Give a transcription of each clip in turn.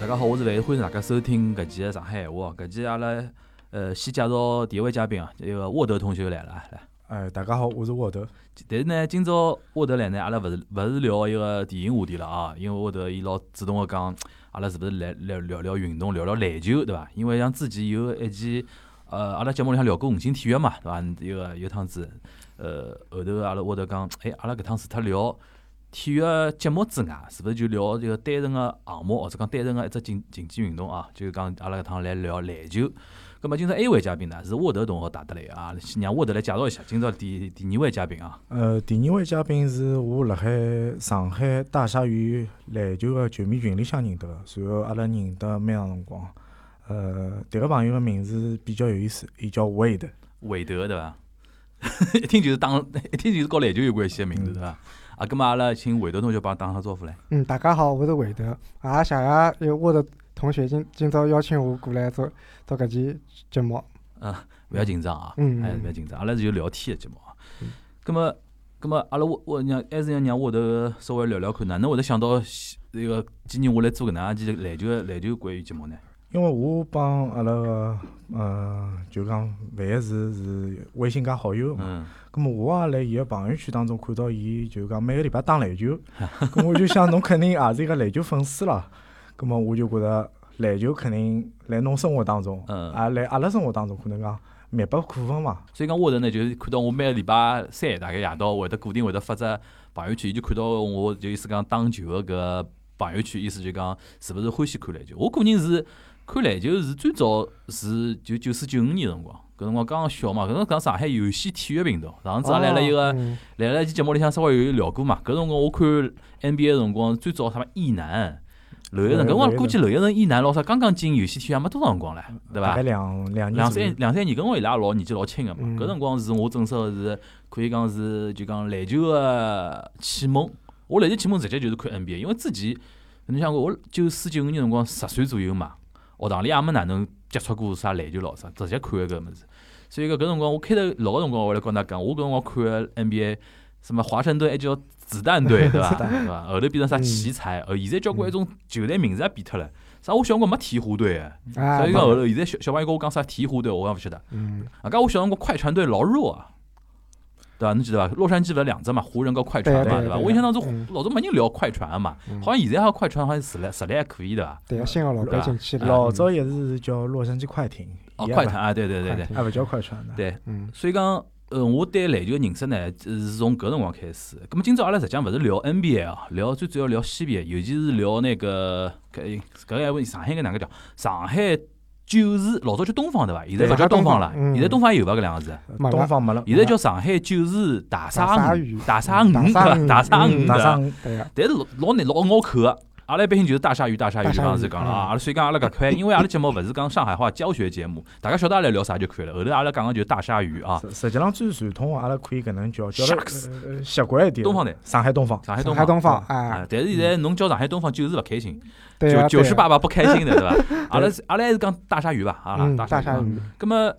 大家好，我是范欢迎大家收听搿期的上海闲话哦。搿期阿拉呃先介绍第一位嘉宾啊，这个沃德同学又来了啊。来，哎，大家好，我是沃德。但是呢，今朝沃德来呢，阿拉勿是勿是聊一个电影话题了啊，因为沃德伊老主动个讲，阿拉是勿是来聊聊聊运动，聊聊篮球，对伐？因为像之前有一期呃，阿拉节目里向聊过五星体育嘛，对伐？一个有趟子呃后头阿拉沃德讲，哎，阿拉搿趟除脱聊体育节目之外，是勿是就聊这个单纯个项目，或者讲单纯个一只竞竞技运动啊？就是讲阿拉搿趟来聊篮球。葛末今朝 A 位嘉宾呢是沃德同学带得来啊，先让沃德来介绍一下今朝第第二位嘉宾啊。呃，第二位嘉宾是我辣海上海大鲨鱼篮球个球迷群里向认得个，随后阿拉认得蛮长辰光。呃，迭个朋友个名字比较有意思，伊叫 Wade。韦德对伐？ 一听就是打，一听就是跟篮球有关系的名字对伐？啊，葛末阿拉请韦德同学帮打声招呼来。嗯，大家好，我是韦德，啊也谢谢有我的同学今今朝邀请我过来做做搿期节目。啊，勿要紧张啊，嗯哎，勿要紧张，阿拉是有聊天的节目啊。葛末，葛末阿拉我我让还是要让我头稍微聊聊看呢，侬会得想到那个今年我来做搿能介一期篮球篮球关于节目呢？因为我帮阿拉个呃，就讲范一是是微信加好友个嘛。嗯，咁么我也辣伊个朋友圈当中看到伊，就讲每个礼拜打篮球，咁我就想侬肯定也是一个篮球粉丝啦。咁么我就觉着篮球肯定来侬生活当中，嗯也啊来阿拉生活当中可能讲密不可分嘛。所以讲我头呢，就是看到我每个礼拜三大概夜到会得固定会得发只朋友圈，伊就看到我就意思讲打球个搿朋友圈，意思就讲是勿是欢喜看篮球？我个人是看篮球是最早是就九四九五年辰光，搿辰光刚刚小嘛，搿辰光上海有线体育频道，上次也来了一个。嗯来了一期节目里向稍微有聊过嘛，搿辰光我看 NBA 的辰光最早什么易南、娄烨成，搿辰光估计娄烨成、易南老啥刚刚进游戏体育也没多少辰光唻，对大概伐？两两年两左右三两三年，搿辰光伊拉老年纪老轻个嘛，嗯搿辰光是我正式个是可以讲是就讲篮球个启蒙。我篮球启蒙直接就是看 NBA，因为之前侬想过我九四九五年辰光十岁左右嘛，学堂里也没哪能接触过啥篮球咯啥，直接看搿物事。所以讲搿辰光我开头老个辰光我来跟㑚讲，我搿辰光看个 NBA 什么华盛顿还叫子弹 队对伐？对伐？后头变成啥嗯奇才，呃，现在交关一种球队名字也变脱了。啥？我小辰光没体育花队嗯个。啊，所以讲后头现在小小朋友跟我讲啥体育队，我也勿晓得。嗯，啊，噶我小辰光快船队老弱啊，对伐？侬记得伐？洛杉矶勿是两只嘛，湖人跟快船对嘛，对对伐？对我印象当中嗯老早没人聊快船个嘛，嗯好像现在好像快船好像实力实力还可以对伐？对，新的老板进去了。老嗯早一直是叫洛杉矶快艇，哦，伊也快勿船啊，对对对对快。艇也勿叫快船的。对，嗯所以讲，呃，我对篮球认识呢，呃是从搿辰光开始。咁么今朝阿拉实际上勿是聊 NBA 啊，聊最主要聊 CBA，尤其是聊那个搿搿个问上海应该哪个叫？上海旧市老早叫东方对伐？现在勿对叫东方了还，东方嗯现在东方也有伐搿两个字？没东了方没了，现在叫上海旧市大大鲨鲨鱼鱼、大鲨鱼、大鲨鱼大鲨鱼、啊嗯大上对呀，但是老老难老拗口个。阿拉一般性就是大鲨鱼、大鲨鱼，大就鲨鱼刚是讲了啊。阿拉所以讲阿拉搿块，因为阿拉节目勿是讲上海话教学节目，大家晓得阿拉聊啥就可以了。后头阿拉讲个就是大鲨鱼啊，实实际上最传统的阿拉可以搿能叫，叫了 Sharks 呃呃习惯一点。东方队，上海东方。上海上东方。海东方啊啊，，但是现在侬叫上海东方就是勿开心，对九呀，九对啊十呀八八不开心的对伐？阿拉是阿拉还是讲大鲨鱼吧，啊嗯，，鲨大鲨鱼。鱼，咁么，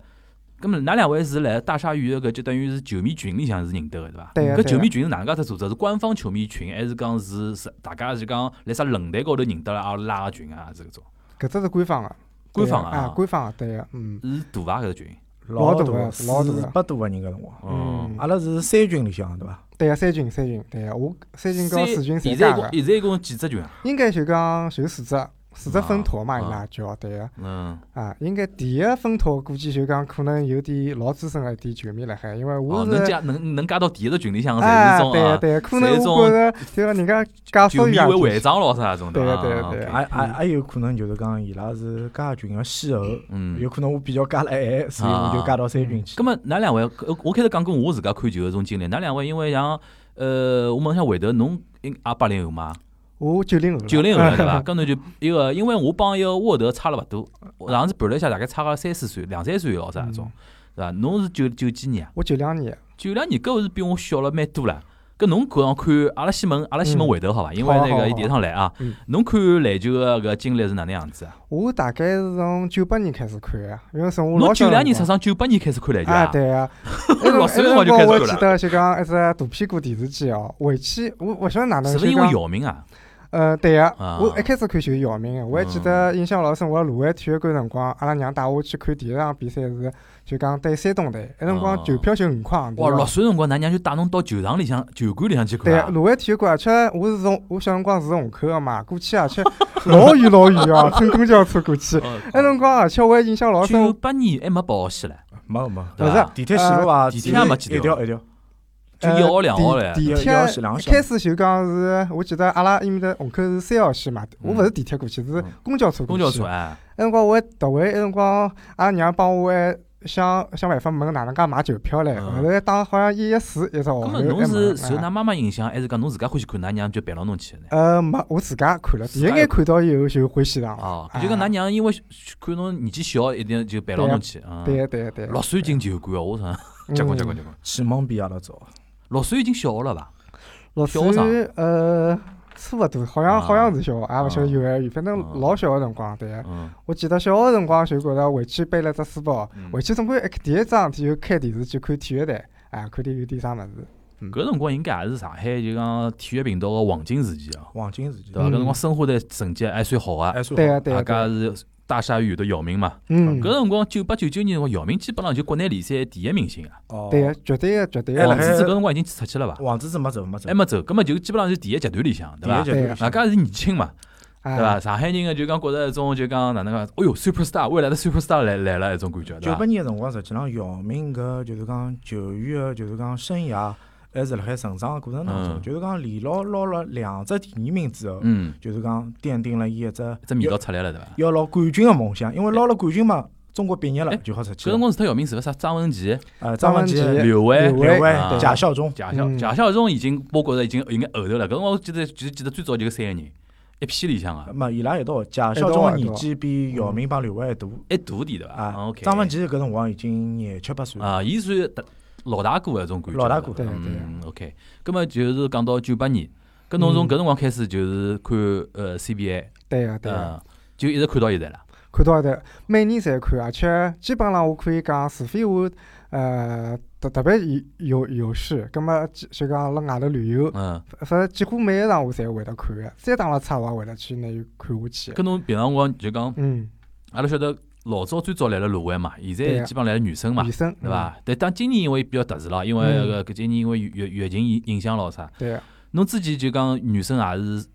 咁么，㑚两位是来大鲨鱼的搿就等于是球迷群里向是认得的对伐？对呀搿啊对球呀迷群是哪能介只组织？是官方球迷群，还是讲是是大家是讲来啥论坛高头认得了，阿拉拉个群啊？这种搿只是官方的，官方对呀啊，啊，官方的，对呀，嗯，是大伐搿个群？老大大个个四老大啊十个八度个人搿辰光。哦嗯阿拉是三群里向的对伐？对呀，啊三群三群，对呀，我三群跟四群现在一侪加共个，现在一共几只群啊？应该就讲就四只，四只分坨嘛，啊伊拉叫，对呀。嗯，啊，应该第一分头估计就讲可能有点老资深的一点球迷了海，因为我哦，是、能加能能加到第一个群里向，侪哎是种对啊对呀，可侪能是我种觉着就讲人家介球绍一迷下会就会是，长咯啥种的对啊。对啊对 OK 哎还还还有可能就是讲伊拉是加群个先后，嗯啊有可能我比较加了晚，所以我就加到三群去。咁么，㑚两位，呃我开头讲过我自家看球个种经历，㑚两位因为像，呃，我问一下韦德，侬应也八零后嘛？我九零后了，九零后了对 伐？搿侬就一个，因为我帮一个沃德差了勿多，我上次盘了一下，大概差个三四岁，两三岁咯嗯啥种，对伐？侬是九九几年啊？我九两年，九两年，搿是比我小了蛮多了。搿侬搿样看，阿拉先问，阿拉先问嗯韦德好伐？因为好啊那好个啊伊第一趟来啊嗯，侬看篮球个搿经历是哪能样子啊？我大概是从九八年开始看的，因为从我侬老九小两辰年出光。生，九八年开始看篮球啊，啊？对呀、 老那小辰辰光光就开始看我了记得就讲一只大屁股电视机哦，回去我勿晓得哪能是勿是就因为讲姚明啊？呃，对个、啊嗯我一开始看就是姚明个，我还记得印象老深，我辣卢湾体育馆辰光，阿拉娘带我去看第一场比赛是，就讲对山东队，那辰光啊球票就五块行钿哇，哦六岁辰光，㑚娘就带侬到球场里向、球馆里向去看对，啊。卢湾体育馆，而且我是从我小辰光是从虹口个嘛，过去啊 而且老远老远哦，乘公交车过去。哎那辰光，啊而且我还印象老深，九哦八年还没保险嘞，没没，嗯对不吧？地铁线路啊，地只铁也没几一条一条，就呃一号两号嘞。地地一铁号线两号一线开始就讲是，我记得阿拉伊面的虹口是三号线嘛，我勿是地铁过去，是嗯公交车公过去。交车哎，那辰光我还特为，那辰光阿拉娘帮我还想想办法问哪能介买球票嘞，嗯后头还打好像一一四一只号那头么还侬是问受啊㑚妈妈影响，还是讲侬自家欢喜看㑚娘就陪牢侬去的呢？呃，没，我自家看了，第一自家眼看到以后就欢喜上了。哦，就讲啊㑚娘因为看侬年纪小一点就陪牢侬去，嗯，对对嗯对，六岁进球馆哦， 我操，结棍结棍结棍，启蒙比阿拉早，六岁已经小学了吧？老小学生师，呃，差勿多，好像啊好像是小学，也勿晓得啊幼儿园，反啊正老小个辰光，对。嗯，我记得小学辰光就觉着回去背了只书包嗯，回去总归一第一桩事体就开电视机看体育台，啊，看点有点啥物事。搿辰光应该也是上海就讲体育频道个黄金时期哦，黄金时期对，伐？搿嗯辰光申花队成绩还算好啊，还算对好个对大个，家对是大鲨鱼有的姚明嘛。嗯，搿辰光九八九九年辰光，姚明基本上就国内联赛第一明星啊。哦，对个，绝对个绝对哎辣个王海治郅搿辰光已经出去了伐？王治郅没走没走还，没走，葛末就基本上是第一集团里向，哎对啊第一伐？阶对段哎大家是年轻嘛，啊，对伐？上海人个就讲觉着一种就讲哪能介，哦哟，super star，未来的 super star 来来了，一种感觉，对九伐八？年个辰光，实际上姚明搿就是讲球员个就是讲生涯还是辣海成长个过程当中，嗯就是讲连牢捞了两只第二名之后，嗯，就是讲奠定了伊一只一只味道出来了，对伐？要要捞冠军个梦想，因为捞了冠军嘛，中国毕业了哎就好出去搿辰了。光除脱姚明，除了啥张文琪、呃，张文张文杰、杰刘伟、刘刘伟啊伟、贾孝忠，贾孝、嗯贾孝忠已经，我觉着已经应该后头了。搿辰光我记得，就记得最早就是三个人，一批里向啊，没伊拉一道，贾孝一道忠啊年纪比姚明帮刘伟还大还大点对伐？啊。嗯 OK。张文杰搿辰光已经廿七八岁了，啊，伊算大老大哥个一啊种感觉。老大哥对对嗯，OK。葛么就是讲到九八年，搿侬嗯从搿辰光开始就是看呃 CBA，对个对个，嗯，就一直看到现在了。看到的每年侪看，而且基本上我可以讲，除非我呃特特别有有有事，葛么就就讲辣外头旅游，嗯，反正几乎每一场我侪会得看个，三场了差我也会得去拿伊看下去。搿侬平常辰光就讲，嗯，阿拉晓得老早最早来了卢湾嘛，现对在啊基本上来了女生嘛女。生对？伐？但当今年因为比较特殊了，因为嗯搿搿今年因为疫疫情影影响了啥，嗯对个，侬之前就讲女生也是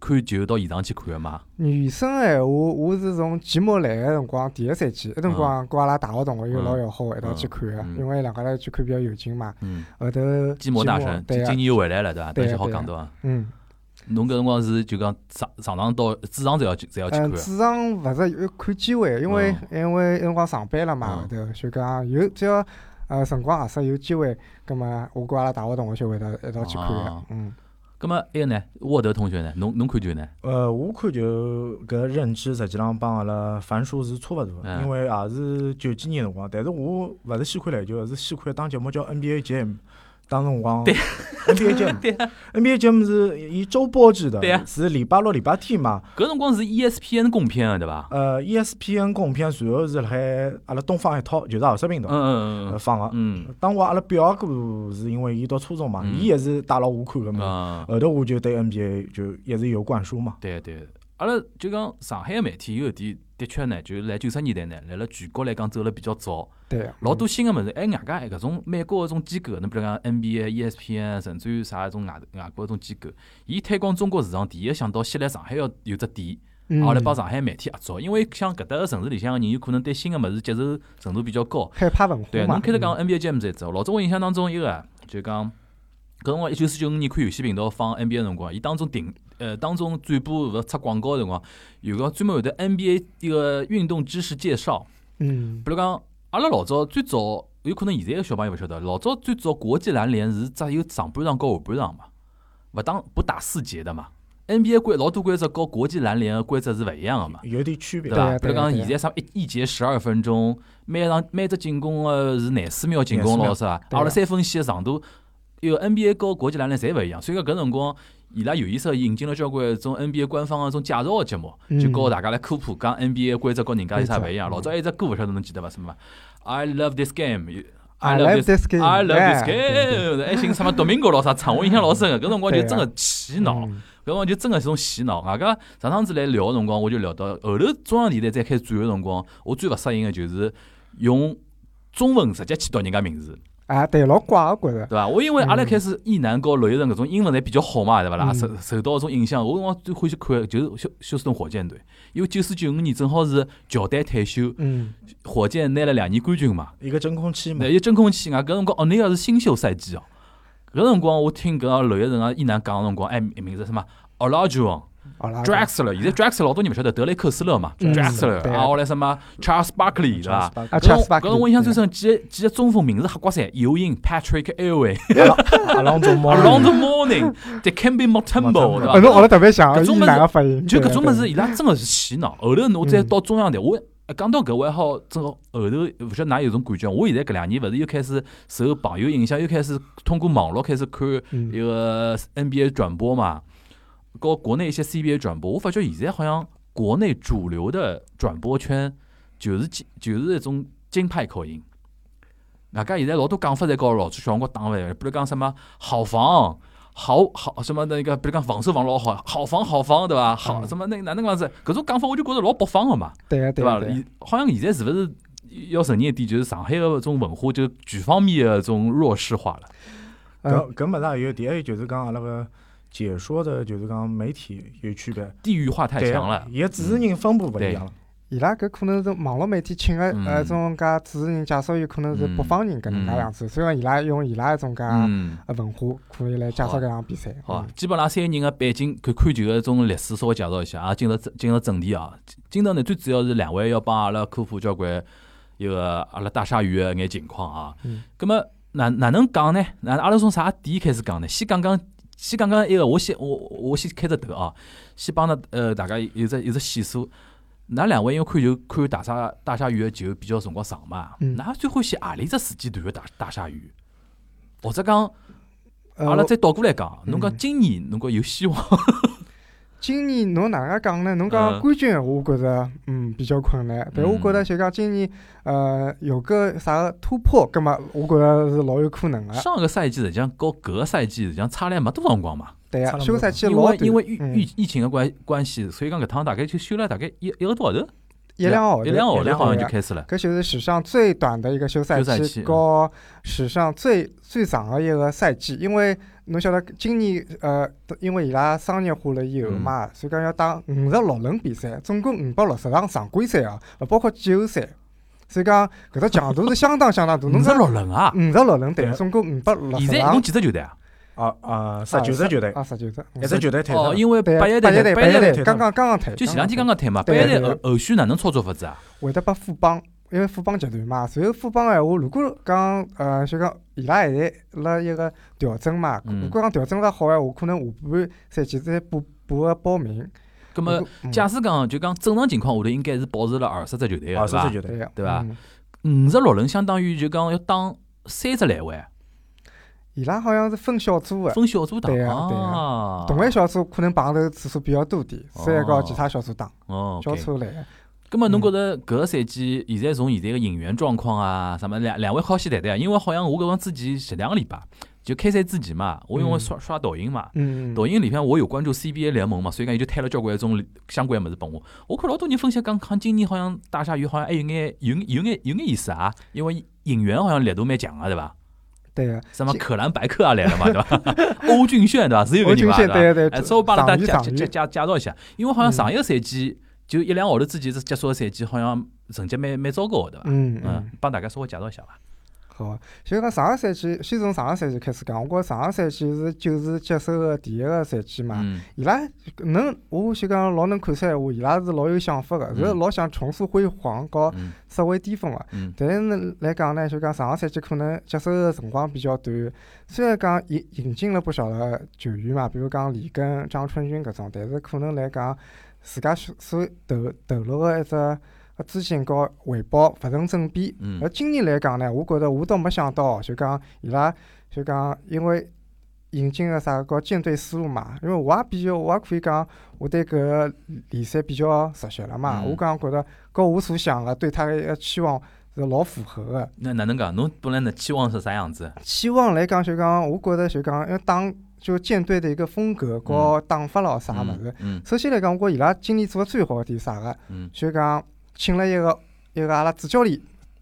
看球到现场去看个嘛，女生个闲话，我是从季末来个辰光，第一赛季，那辰光跟阿拉大学同学又老要好，一道去看个嗯，因为两家头去看比较有劲嘛。嗯，后头寂寞大神对今今个，年又回来了，对伐？对但啊是好对啊讲到啊，嗯。侬搿辰光是就讲上上场到主场侪啊要去侪要去看嗯嗯，个，主场勿是有看机会，因为因为那辰光上班了嘛，后嗯头就讲有只要呃辰光合适有机会，葛么我跟阿拉大学同学就会得一道去看啊个，嗯，葛末还有哎呢，沃德同学呢，侬侬看球呢？呃，我看球搿认知实际上帮阿拉樊叔是差勿多的，嗯因为也是九几年辰光，但是我勿是先看篮球，是先看当节目叫 NBA Jam，当辰光 NBA Jam 啊 对啊， NBA Jam 是以周播制的对啊，是礼拜六、礼拜天嘛。搿辰光是 E ESPN 供片啊个对伐？呃，ESPN 供片，然后是辣海阿拉东方一套，就是合适频道嗯呃嗯放个。嗯当我阿拉表哥是因为伊读初中嘛，嗯伊也是带牢我看个嗯嘛。啊，后头我就对 NBA 就一直有灌输嘛。对对，阿拉就讲上海个媒体有一点的确呢，就是来九十年代呢，来了全国来讲走了比较早，对个，老多新个物事，哎，外加搿种美国搿种机构，侬比如讲 NBA、ESPN，甚至于啥一种外外国搿种机构，伊推广中国市场，第一想到先来上海要有只点。嗯，啊，来帮上海媒体合作，因为像搿搭个城市里向个人，有可能对新个物事接受程度比较高。害怕文对，化嘛，嗯侬开头讲 NBA Jam 在走，老早我印象当中一个啊就讲，搿辰光一九四九五年看游戏频道放 NBA 的辰光，伊当中定呃当中转播勿出广告的辰光，有个专门有的 NBA 一个运动知识介绍，嗯，比如讲阿拉老早最早。有可能现在个小朋友勿晓得，老早最早国际篮联是只有上半场和下半场嘛，勿当不打四节的嘛。NBA 规老多规则和国际篮联个规则是勿一样个嘛。有点区别对对吧？呀比如对呀讲，对啊现呀在啥一一节十二分钟，每场每只进攻个是廿四秒进攻廿四咯，秒是伐？对啊呀阿拉三分线个长度，有 NBA 和国际篮联侪勿一样，所以讲搿辰光。伊拉有意识地引进了交关种 NBA 官方个种介绍个节目，嗯就教大家来科普，讲 NBA 规则和人家有啥规则勿一样。老早还有一只歌勿晓得侬记得伐？什么？I love this game， I love love this this game。 I love this 哎 game，还寻什么 Domingo 咯啥唱，我印象老深个，搿辰光就对啊真个洗脑，搿嗯辰光就真个是种洗脑。外加上趟子来聊个辰光，我就聊到后头中央电台再开始转个辰光，我最勿适应个就是用中文直接去读人家名字。啊，对，老怪我觉着。对伐？我因为阿拉嗯开始易南和娄艺晨搿种英文侪比较好嘛，对伐啦？嗯受受到搿种影响，我往最欢喜看的就是休休斯顿火箭队，因为九四九五年正好是乔丹退休，嗯，火箭拿了两年冠军嘛。一个真空期嘛那，一真空气啊，搿辰光哦，内尔是新秀赛季哦。搿辰光我听搿娄艺晨啊、易南讲个辰光，哎，名字什么 o l a j u o 好啦 n d r a x l e r 现在 Draxler 老多人勿晓得，德雷克斯勒嘛嗯，Draxler，对啊啊，后来什么 Charles Barkley 对伐？啊搿辰，Charles 搿 Barkley，辰光我印象最深，几个几个中锋名字黑瓜三，尤因 Patrick Elway。阿朗总哦猫 Around the morning, there can be more tempo， Mutombo 对反正伐？哎哦我特别想搿种伊物事哪个发音，就对搿种物事，对伊拉真个是洗脑。后头侬再嗯到中央台，我哎讲到搿，我还好，正好后头勿晓得哪有种感觉。我现在搿两年勿是又开始受朋友影响，又开始通过网络开始看嗯一个 NBA 转播嘛，和国内一些 CBA 转播，我发觉现在好像国内主流的转播圈就是金就是一种京派口音。外加现在老多讲法侪搞老出小辰光打反，比如讲什么好房。好好什么那个，比如讲防守防老好，好防好防对伐？好嗯什么那哪能讲子？搿种讲法我就觉着老北方个嘛，对个对对伐个？对个啊现好像现在是勿是要承认一点，就是上海个种文化就全方面个种弱势化了。呃搿搿物事也有，第一就是讲阿拉个解说的，就是讲媒体有区别，地域化太对啊强了，伊个主持人分布勿一样了，伊拉搿可能是网络媒体请个呃嗯种介主持人介绍员，可能是北方人搿能介嗯样子，所以讲伊拉用伊拉一种介嗯，文化可以来介绍搿场比赛。好啊嗯，基本上三个人个背景看看球个种历史稍微介绍一下啊，进入正进入正题啊。今朝呢，最主要是两位要帮阿拉科普交关一个阿拉大鲨鱼个眼情况啊。嗯。咁么哪哪能讲呢？哪阿拉从啥点开始讲呢？先讲讲。先讲讲一个，我先我我先开只头啊，先帮着呃大家有只有只线索。㑚两位因为看球看大鲨大鲨鱼个球比较辰光长嘛，嗯㑚最欢喜何里只时间段个大大鲨鱼？或者讲呃阿拉我再倒过来讲，侬讲嗯啊今年侬讲有希望，今年侬哪能介讲呢？侬讲嗯冠军，我觉着嗯比较困难，但我觉着就讲今年呃有个啥个突破，葛么我觉着是老有可能个。上个赛季实际上和搿个赛季实际上差了没多少辰光嘛，对差个，了休赛期因老为短，因为疫嗯疫疫情的关关系，所以讲搿趟大概就休了大概一一个多号头，一两个号头，一两个号头两好像个就开始了。搿就是史上最短的一个休赛休赛期，期嗯和史上最最长的一个赛季。因为侬晓得今年呃，因为伊拉商业化了以后嘛，嗯所以讲要打五十六轮比赛，总共五百六十场常规赛啊，勿包括季后赛。所以讲搿只强度是相当相 当大。五嗯侬十讲六轮啊！五十六轮对，对总共五百六现十在侬场，几只球队啊？啊啊，十九十九队，二十九只。嗯一只球队退哦，了，因为对，八一八队一队，八八一一队队刚刚刚刚退，就前两天退刚刚退嘛，八对一队对后后续哪能操作法子啊？会得把富邦，因为富邦集团嘛，随后富邦个闲话，如果讲呃，就讲伊拉现在辣一个调整嘛，嗯如果讲调整了好个闲话，可能下半赛季再补补个报名。葛那么，假使讲就讲正常情况下头，应该是保持了二十只球队的，二对啊十伐支？球队，对对啊吧？嗯五十六轮相当于就讲要打三只来回，伊拉好像是分小组个，分小组打对啊对啊。同一小组可能碰头次数比较多点，所以告哦其他小组打，哦，小组来个。咁么，侬嗯觉着搿个赛季现在从现在个引援状况啊，什么两两位好先谈谈啊？因为好像我搿辰之前前两个礼拜就开赛之前嘛，我因为嗯刷刷抖音嘛，嗯，抖音里向我有关注 CBA 联盟嘛，所以讲伊就推了交关一种相关个物事拨我。我看老多人分析讲，看今年好像大鲨鱼好像还有眼有有眼有眼意思啊，因为引援好像力度蛮强啊个对伐？对个。什么这可兰白克啊来了嘛对伐？ 欧俊炫对伐？是有个欧人军伐？线伐对对哎，对，稍微帮大上鱼家上介介介鱼介介绍一下，因为好嗯像上一个赛季就一两个号头之前是结束个赛季，好像成绩蛮蛮糟糕个，对伐？嗯嗯。嗯，帮大家稍微介绍一下伐。好啊，就讲上个赛季，先从上个赛季开始讲。我觉着上个赛季是就是接手个第一个赛季嘛，嗯伊拉能，我就讲老能看出来闲话，伊拉是老有想法个，是嗯老想重塑辉煌和嗯社会巅峰个。嗯但是呢来讲呢，就讲上个赛季可能接受个辰光比较短，虽然讲引引进了不少个球员嘛，比如讲李根、张春军搿种，但是可能来讲自家所所投投入个一只呃资金和回报勿成正比。嗯 而今年来讲呢，我觉着我倒没想到，就讲伊拉就讲因为引进个啥个舰队思路嘛，因为我也比较，我也可以讲我对搿个联赛比较熟悉了嘛，嗯我讲觉着和我所想个对他个期望。是老符合个。那哪能讲？侬本来呢期望是啥样子？期望来讲就讲，我觉着就讲要打就舰队的一个风格和打法咯啥物事。嗯？首先来讲，我觉得伊拉今年做的最好的点是啥个？嗯就讲请了一个一个阿拉主教练，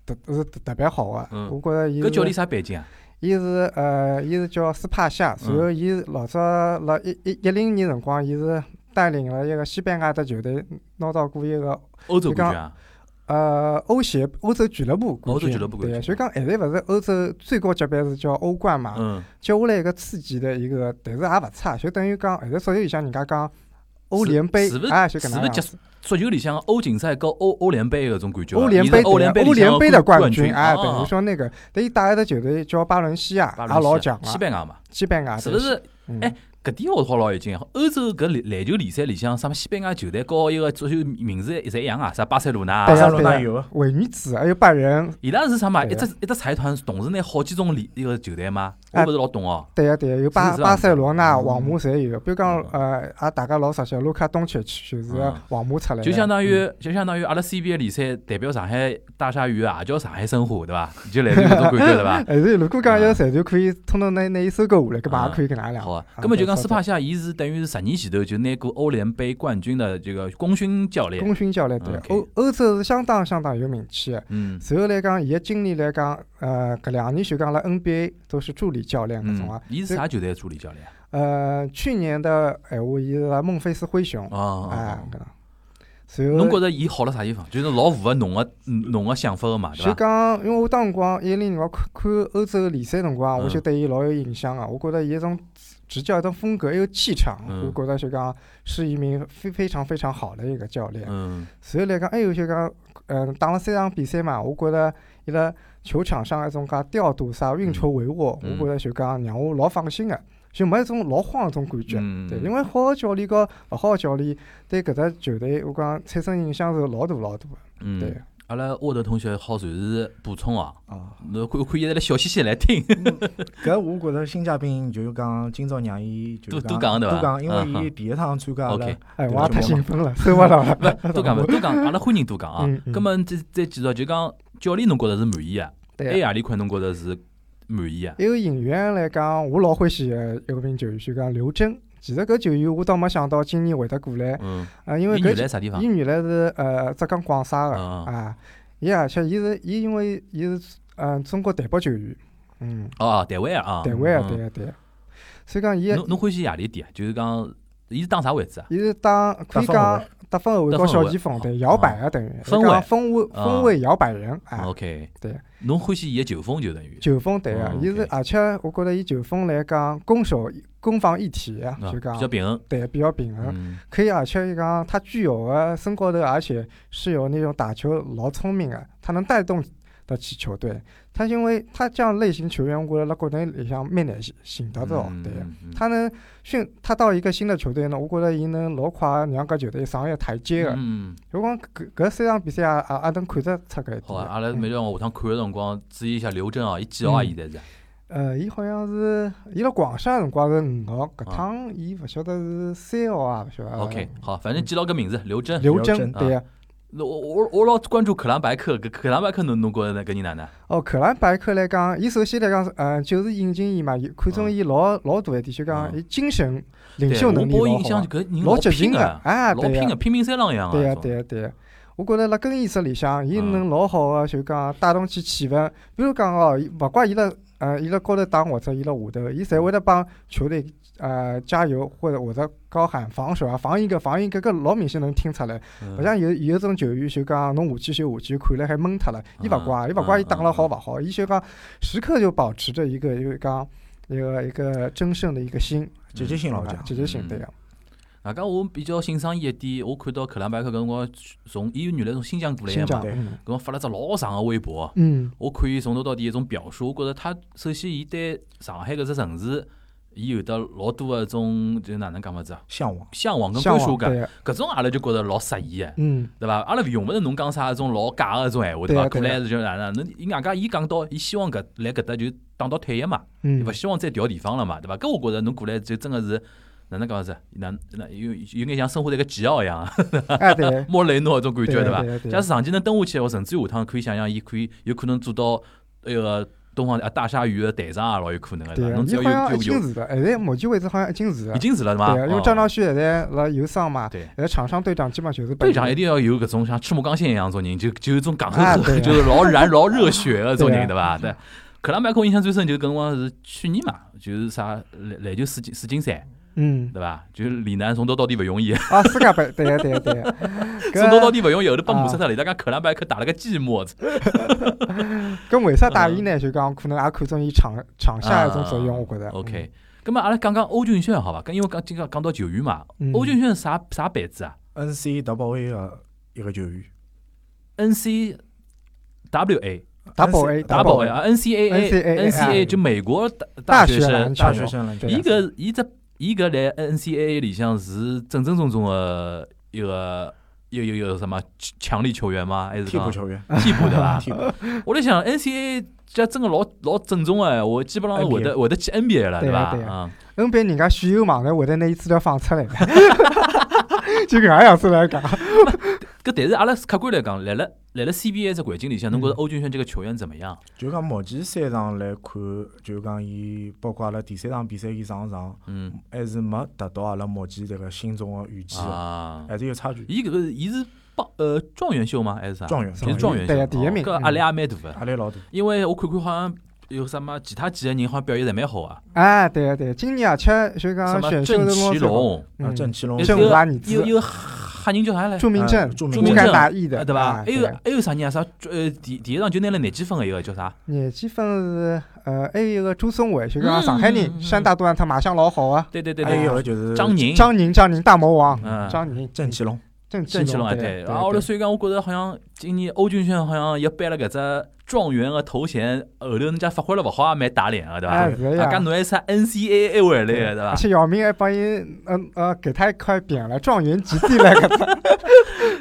特是特特别好个。嗯我觉着伊嗯，搿教练是啥背景啊？伊是呃，伊是叫斯帕夏，嗯然后伊老早辣一一一零年辰光，伊是带领了一个西班牙的球队拿到过一个欧洲冠军啊？呃欧协欧洲俱乐部冠军。欧洲俱乐部冠军对，所以讲现在勿是欧洲最高级别是叫欧冠嘛？嗯，接下来一个次级的一个，但是也勿差，就等于讲现在足球里向人家讲欧联杯是不是啊，就搿是能勿是样结子。束足球里向欧锦赛跟欧欧联杯搿种感觉啊？欧联伊是杯欧联对杯欧里向联杯的冠军，哎，啊等于说那个，等于带一个球队叫巴伦西亚，巴也伦西亚老强西啊，班牙嘛，西班牙是勿？是？嗯哎搿点我好老有劲啊！欧洲搿篮篮球联赛里向，啥么西班牙球队和一个足球名字侪一样啊，啥巴塞罗那啊对巴塞呀啥，罗那有啊，维尼兹还有拜仁，伊拉是啥嘛？一对呀只一只财团同时拿好几种联一个球队嘛，我哎勿是老懂哦。对呀对呀，有是巴是巴塞罗那、嗯皇马侪有，比如讲嗯呃，也大家老熟悉，卢卡东契奇就是嗯皇马出来的，？就相当于，就相当于阿拉 CBA 联赛代表上海大鲨鱼啊，也叫上海申花，对伐？就类似搿种感觉，对伐还是哎如果讲嗯要财团可以通通拿拿伊收购下来，搿嘛嗯也可以搿能样好讲。啊，根本就讲对斯帕夏，伊是等于是十年前头就拿过欧联杯冠军的这个功勋教练。功勋教练对嗯 OK 欧欧洲是相当相当有名气的。嗯随后来讲，伊个经历来讲，呃，搿两年就讲了 NBA 都是助理教练搿种啊嗯，。伊是啥球队的助理教练啊？呃，去年的闲话，伊是孟菲斯灰熊，哦哦，哎哦，搿能。随侬觉后，着伊好了啥地方？就是老符合侬个侬个想法个嘛，对就伐？讲，因为我当辰光一零年我看看欧洲联赛辰光，我就嗯对伊老有印象啊。我觉得伊一种执教一种风格，还有气场，嗯我觉得就讲是一名非非常非常好的一个教练。嗯随后来讲，还有就讲，嗯，打了三场比赛嘛，我觉得伊拉球场上一种介调度啥运筹帷幄，嗯我觉得就讲让我老放心个，啊就没一种老慌一种感觉。嗯，啊对，因为好个教练和勿好个教练对搿只球队，我讲产生影响是老大老大个。嗯对，阿拉沃德同学好随时补充哦，啊，嗯侬可可以来小细细来听。 搿我觉着新嘉宾就是讲今朝让伊就是多多讲对伐多讲，因嗯好为伊第一趟参加阿拉 OK 哎，对我也就太我兴 奋了，受勿了了。 勿多讲勿多讲，阿拉欢迎多讲 啊嗯。嗯咁么再再继续，就讲教练侬觉着是满意个，还对有啊，何里块侬觉着是满意啊个？还有引援来讲，我老欢喜个一个名球员，就讲刘铮。其实搿球员我倒没想到今年会得过来，嗯，啊，因为伊搿原来啥地方伊？原来是呃浙江广沙个嗯啊，伊而且伊是伊因为伊是嗯中国代表球员，嗯，哦，台湾啊。台湾嗯个对个对个，所以讲伊侬侬欢喜何里点啊？就是讲伊是打啥位置啊？伊是打可得分以后讲卫得分后卫和小前锋对摇摆啊个等于，分就位讲分位分位摇摆人啊， OK，对，侬欢喜伊个球风就等于球风对个哦，伊是 OK 啊而且我觉着伊球风来讲攻守攻防一体个，啊就比较讲平衡。对比较平衡，嗯可以而且伊讲他具有个身高头，而且是有那种打球老聪明个，他能带动得起球队，他因为他这样类型球员，我觉着辣国内里向蛮难寻寻得到，对啊个。嗯嗯他能训他到一个新的球队呢，我觉着伊能老快让搿球队上一个台阶个。嗯，如果搿搿三场比赛也也也能看得出搿一好啊，点。阿拉每天下趟看个辰光注意一下刘铮哦，伊几号啊？嗯现在是？呃，伊好像是伊辣广厦辰光是五号，搿趟伊勿晓得是三号啊，勿晓得。啊 OK，好，反正记牢个名字，刘铮。刘刘铮铮对啊呀。那我我我老关注克兰白克，搿克兰白克侬侬觉着搿人哪能？哦，克兰白克来讲，伊首先来讲是，呃，就是引进伊嘛，伊看中伊老老大一点，就讲嗯伊精神领啊对，袖我能力包老印好象啊，搿人老激拼进个个，，啊，老对拼呀个，，拼命三郎一样啊对呀呀，，对啊呀，对呀。我觉着辣更衣室里向，伊嗯能老好个，就讲带动起气氛。比如讲哦，伊勿怪伊辣呃伊辣高头打或者伊辣下头，伊侪会得帮球队呃加油或者或者高喊防守啊，防一个防一个，搿老明显能听出来。嗯勿像有有种球员就讲侬下去就下去，看了还闷脱了，伊勿怪，伊勿怪伊打了好勿好，伊就讲时刻就保持着一个就讲一个一个争胜的一个心，积极性老强。积极性对个。外加啊我比较欣赏伊一点，我看到克兰白克搿辰光从伊原来从新疆过来新个嘛，疆搿对嗯辰光发了只老长个微博，嗯我看伊从头到底一种表述，我觉着他首先伊对上海搿只城市，伊有得老多个一种就哪能讲法子啊，向往，向往跟向归属往感，对个，搿种阿拉就觉着老适宜个。嗯对伐？阿拉用勿着侬讲啥种老假个种闲话，对伐？啊过对啊来是就哪能？侬伊外加伊讲到，伊希望搿来搿搭就打到退役嘛，嗯勿，希望再调地方了嘛，对伐？搿我觉着侬过来就真个是哪能讲是？哪哪有有眼像生活在一个奇奥一样，，哎对莫雷诺搿种感觉对啊对伐？对对假使长期能蹲下去，话甚至于下趟可以想象，伊可以有可能做到那个东方啊大鲨鱼的台长也老有可能个，对对伐？啊，侬只伊要好像哎有一进有有，是的，现在目前为止好像一进是的已，经是了对伐？对啊，因为哦张兆旭现在辣有伤嘛，对。现在场上队长基本就是队长一定定要有搿种像赤木刚宪一样种人，就就有种戆啊 呵呵，对啊就是老燃老热血 的种人，对对伐？啊对。克拉麦克我印象最深就是搿辰光是去年嘛，就是啥篮篮球世锦世锦赛，嗯对伐？就是李楠从头到底勿容 易， 啊世界杯，对啊对啊对啊，从头到搿底勿容易，后头被啊抹杀脱了。伊拉讲克拉麦克打了个寂寞，搿为啥打伊呢？就讲可能也看中伊场场下一种作嗯用，啊我觉得。嗯 OK，咁么阿拉讲讲欧俊炫好伐？搿因为讲今讲讲到球员嘛嗯，欧俊炫啥啥班子啊 N C W A 个一个球员？N C W A Double A，打 Double 宝 A 啊，N C A NCAA N C A 就美国大大学学生篮大球学生篮球对啊伊员，搿伊只伊搿来 NCAA 里向是正正宗宗的一个有有有什么强力球员吗？还是替补讲球员， 替补对 伐？ 替补。我在想 NCAA 这真个老老正宗哎，我基本上会得会得去 NBA 了对伐啊对？啊， NBA 人家选秀网站会得拿伊资料放出来的， 就搿能样子来讲。搿但是阿拉客观来讲，来了来了 CBA 这环境里向，侬觉着嗯欧俊轩这个球员怎么样？就讲目前三场来看，就讲伊包括阿拉第三场比赛伊上场，嗯还是没达到阿拉目前迭个心中个预期的，哎啊，还是有差距。伊搿个伊是棒呃状元秀吗？还是啥？状元就是状状元秀，哦对啊第一名搿压力也蛮大个，压力老大，因为我看看好像有什么其他几个人好像表现侪蛮好啊。哎，对啊对啊，今年而且就什讲么啊选秀郑的其龙，辰光最好，啊，嗯郑其龙有郑一武个拉你有兹一个哈人叫啥来？著名呃症，著朱明名不正敢打意的，呃对伐？哎还有还有啥人啊？啥呃第第一场就拿了廿几分啊个一个叫啥？廿几分是呃，还有一个朱松伟，就讲上海嗯嗯嗯人，山大段他马相老好啊。对对对还有一对，个就是张宁，张宁，张宁大魔王，嗯，张宁，郑其龙，郑郑郑启龙啊，对。然后对来所以讲，我觉着好像今年欧俊轩好像也颁了搿只状元个头衔，后头人家发挥了勿好，也蛮打脸个对伐？哎，是啊，呀讲。侬还啥 NCAA 回来个对伐 而？且姚明还帮伊，嗯呃，给他一块匾了，状元及第了个。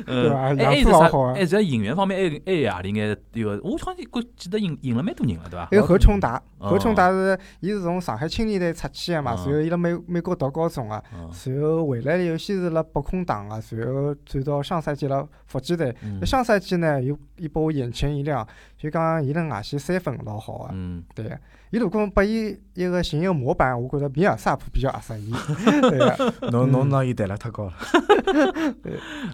嗯，吧哎杨还有啥紫老好？啊哎，这引援方面还有还有何里眼有？我好像记记得引引了蛮多人了对伐还？有何冲达，哦何冲达是，伊是从上海青年队出去的嘛，嗯然后伊辣美美国读高中啊，嗯然后回来以后先是辣北控打啊，然后转到上赛季辣福建队。嗯上赛季呢，又伊拨我眼前一亮，就讲伊能外线三分老好啊。嗯。对个，伊如果拨伊一个寻一个模板，我觉着比尔萨普比较合适伊。 对个，侬侬嗯拿伊抬了太高了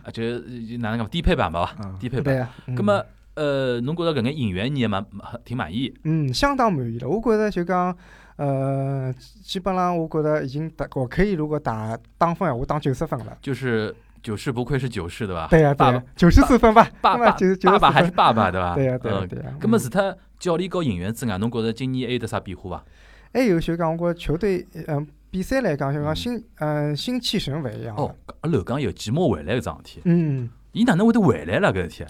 啊，就就哪能讲低配版吧，啊！低配对版。嗯个。咁么，呃，侬觉着搿眼演员你也蛮蛮挺满意？嗯，相当满意了。我觉着就讲，呃，基本上我觉着已经达，我可以如果打打分闲话，打九十分了。就是九世不愧是九世对伐？对呀、对啊爸呀、九十四分吧，爸那么爸九九爸十爸四还是分。爸爸对伐？对呀、啊对呀、嗯对呀、咁么除脱教练和演员之外，侬觉着今年还有得啥变化伐？还有就讲，我觉着球队，嗯、比赛来讲，就讲嗯新，嗯、新气神勿一样了。哦，阿楼刚有寂寞回来搿桩事体，嗯。伊哪能会得回来了搿事体？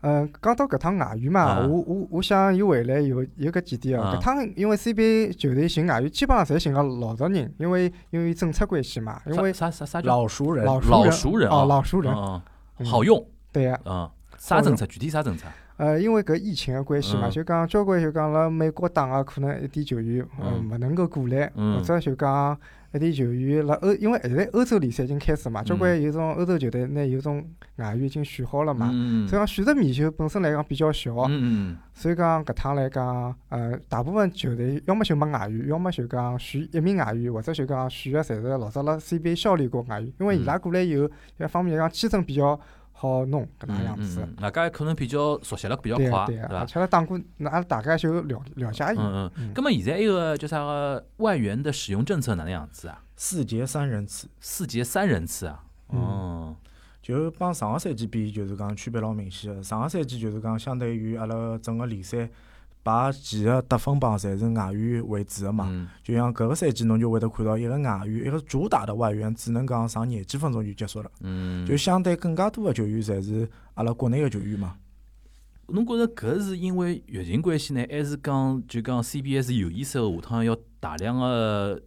嗯，讲到搿趟外援啊嘛，我我我想伊回来有有搿几点啊哦。搿趟因为 CBA 球队寻外援，基本上侪寻个老熟人，因为因为政策关系嘛，因为啥啥啥叫老熟人，老熟老人熟人哦啊？老熟人，嗯，嗯好用，对呀、嗯，啥政策？具体啥政策？呃，因为搿疫情个关系嘛，嗯就讲交关就讲辣美国打啊个可能一点球员，嗯嗯，勿能够过来，嗯或者就讲一点球员辣欧，因为现在欧洲联赛已经开始嘛，交关有种欧洲球队拿有种外援已经选好了嘛，嗯所以讲选择面就本身来讲比较小，嗯嗯所以讲搿趟来讲，呃，大部分球队要么就没外援，要么就讲选一名外援，或者就讲选个侪是老早辣 CBA 效力过外援，嗯因为伊拉过来以后，一方面讲签证比较好弄搿能样子。嗯，外加可能比较熟悉了，比较对啊快，对伐？而且拉打过，那阿拉大概就了了解伊。嗯嗯，嗯那么现在一个叫啥个外援的使用政策哪能样子啊？四节三人次，四节三人次啊？嗯哦，就帮上个赛季比，就是讲区别老明显个。上个赛季就是讲，相对于阿拉整个联赛排前个得分榜，侪是外援为主个嘛。嗯就像搿个赛季，侬就会得看到一个外援，一个主打的外援，只能讲上廿几分钟就结束了。嗯，就相对更加多的球员，侪是阿拉国内的球员嘛。侬觉着搿是因为疫情关系呢，还是讲就讲 CBS 有意识个下趟要大量个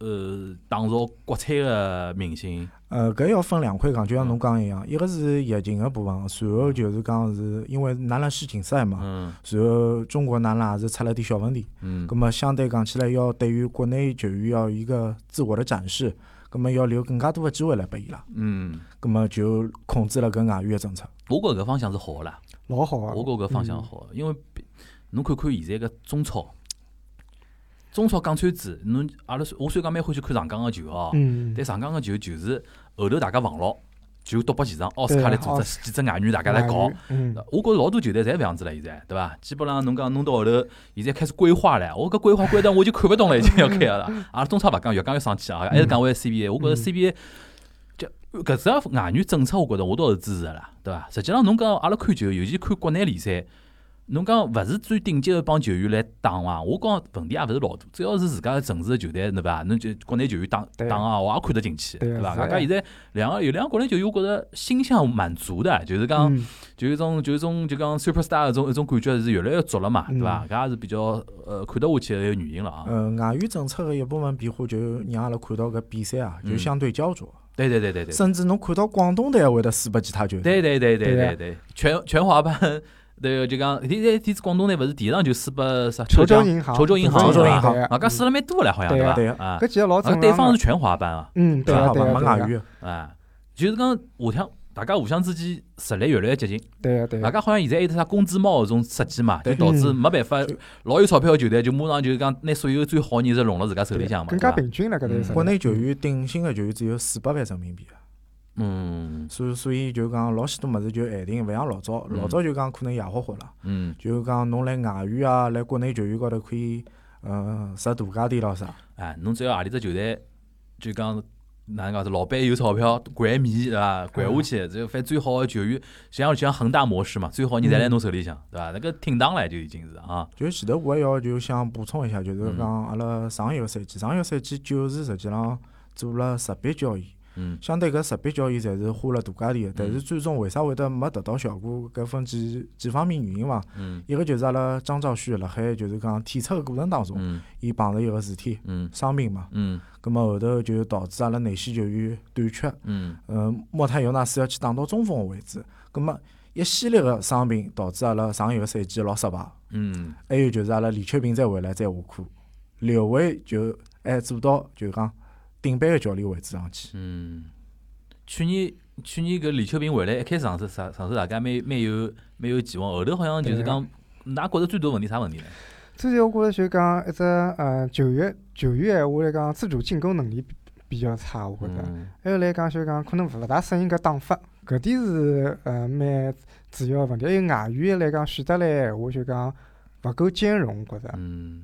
呃打造国产个明星？呃，搿要分两块讲，就嗯像侬讲一样，一个是疫情个部分，随后就是讲是因为㑚辣世锦赛嘛，嗯随后中国㑚拉也是出了点小问题，嗯葛，么相对讲起来，要对于国内球员要有一个自我的展示，葛么要留更加多的机会来拨伊拉，嗯，葛么就控制了搿外援个政策。我觉着搿方向是好个啦。老好啊我！觉着搿方向好，因为比侬看看现在个中超，中超讲穿子，侬阿拉虽我虽然讲蛮欢喜看上港个球哦，嗯，但上港个球就是后头大家网络就独步其上，奥斯卡来组奥织几只外援大家来搞。嗯，我觉着老多球队侪搿样子了，现在对伐？基本上侬讲弄到后头，现在开始规划了。我搿规划规划到我就看勿懂了，已经要开了。阿拉中超勿讲，越讲越生气啊！还是讲回 CBA，我觉着 CBA 这搿只外援政策，我觉着我倒是支持的啦，对伐？实际上侬讲阿拉看球，尤其看国内联赛，侬讲勿是最顶级的帮球员来打伐？我讲问题也勿是老大，只要是自家城市的球队，对伐？侬就国内球员打对打啊，我也看得进去，对对伐？是的外加现在两个有两个国内球员，我觉着心向满足的，就是讲。嗯就有一种就有一种就讲 superstar 一种一种感觉是越来越足了嘛，嗯对伐？搿也是比较呃看得下去的一个原因了啊。呃，外援政策个一部分变化，就让阿拉看到搿比赛啊，就嗯相对焦灼，对对对对对，甚至侬看到广东队也会得输拨其他球对队。对对对对对啊对，全全华班对个就讲，现在天子广东队勿是第一场就输拨啥潮州江银行，潮州银行潮州对银吧行对啊啊，搿输了蛮多了好像对啊伐对啊？啊搿，几个老啊正对常方的是。全华班啊，嗯，对全啊好对吧，啊没对啊外援。啊，就是讲互相大家互相之间实力越来越接近，对啊对大啊，家好像现在还有啥工资帽搿种设计嘛，就对导致嗯没办法就，老有钞票的球队就马上就讲拿所有最好的人侪拢辣自家手里向嘛，更对加伐平均了搿嗯头是。国内球员顶薪个球员只有四百万人民币，啊嗯所以所以就讲老许多物事就限定，勿像老早，嗯老早就讲可能野花花了，嗯，就讲侬来外援啊，来国内球员高头可以，呃，啥大价钿咯啥。哎，侬只要何里只球队，就讲哪能讲是老板有钞票，管米对伐？管下去，就反正最好的球员，像就像恒大模式嘛，最好人侪来侬手里向，对伐？那个挺当了就已经是啊，就前头我还要就想补充一下，就是嗯讲阿拉上一个赛季，上一个赛季九市实际上做了十笔交易，嗯相对搿十笔交易侪是花了大价钿的，但是最终为啥会得没达到效果？搿分几几方面原因伐？嗯一个就是阿拉张兆旭辣海就是讲体测个过程当中，嗯伊碰着一个事体嗯伤病嘛，嗯葛末后头就导致阿拉内线球员短缺，嗯嗯，莫泰尤纳斯要去打到中锋个位置，葛末一系列个伤病导致阿拉上一个赛季老失败。嗯还有就是阿拉李秋平再回来再下课，刘伟就还做到就讲顶班个教练位置上去。嗯，去年。去年搿李秋平回来，一开始上次上上次大家蛮蛮有蛮有期望，后头好像就是讲，㑚觉着最大问题啥问题呢？之前我觉着就讲一只呃球员球员闲话来讲，自主进攻能力比比较差，我觉着。嗯还有来讲就讲可能勿大适应搿打法，搿点是呃蛮主要的问题。还有外援来讲选择来闲话就讲勿够兼容，我觉着。嗯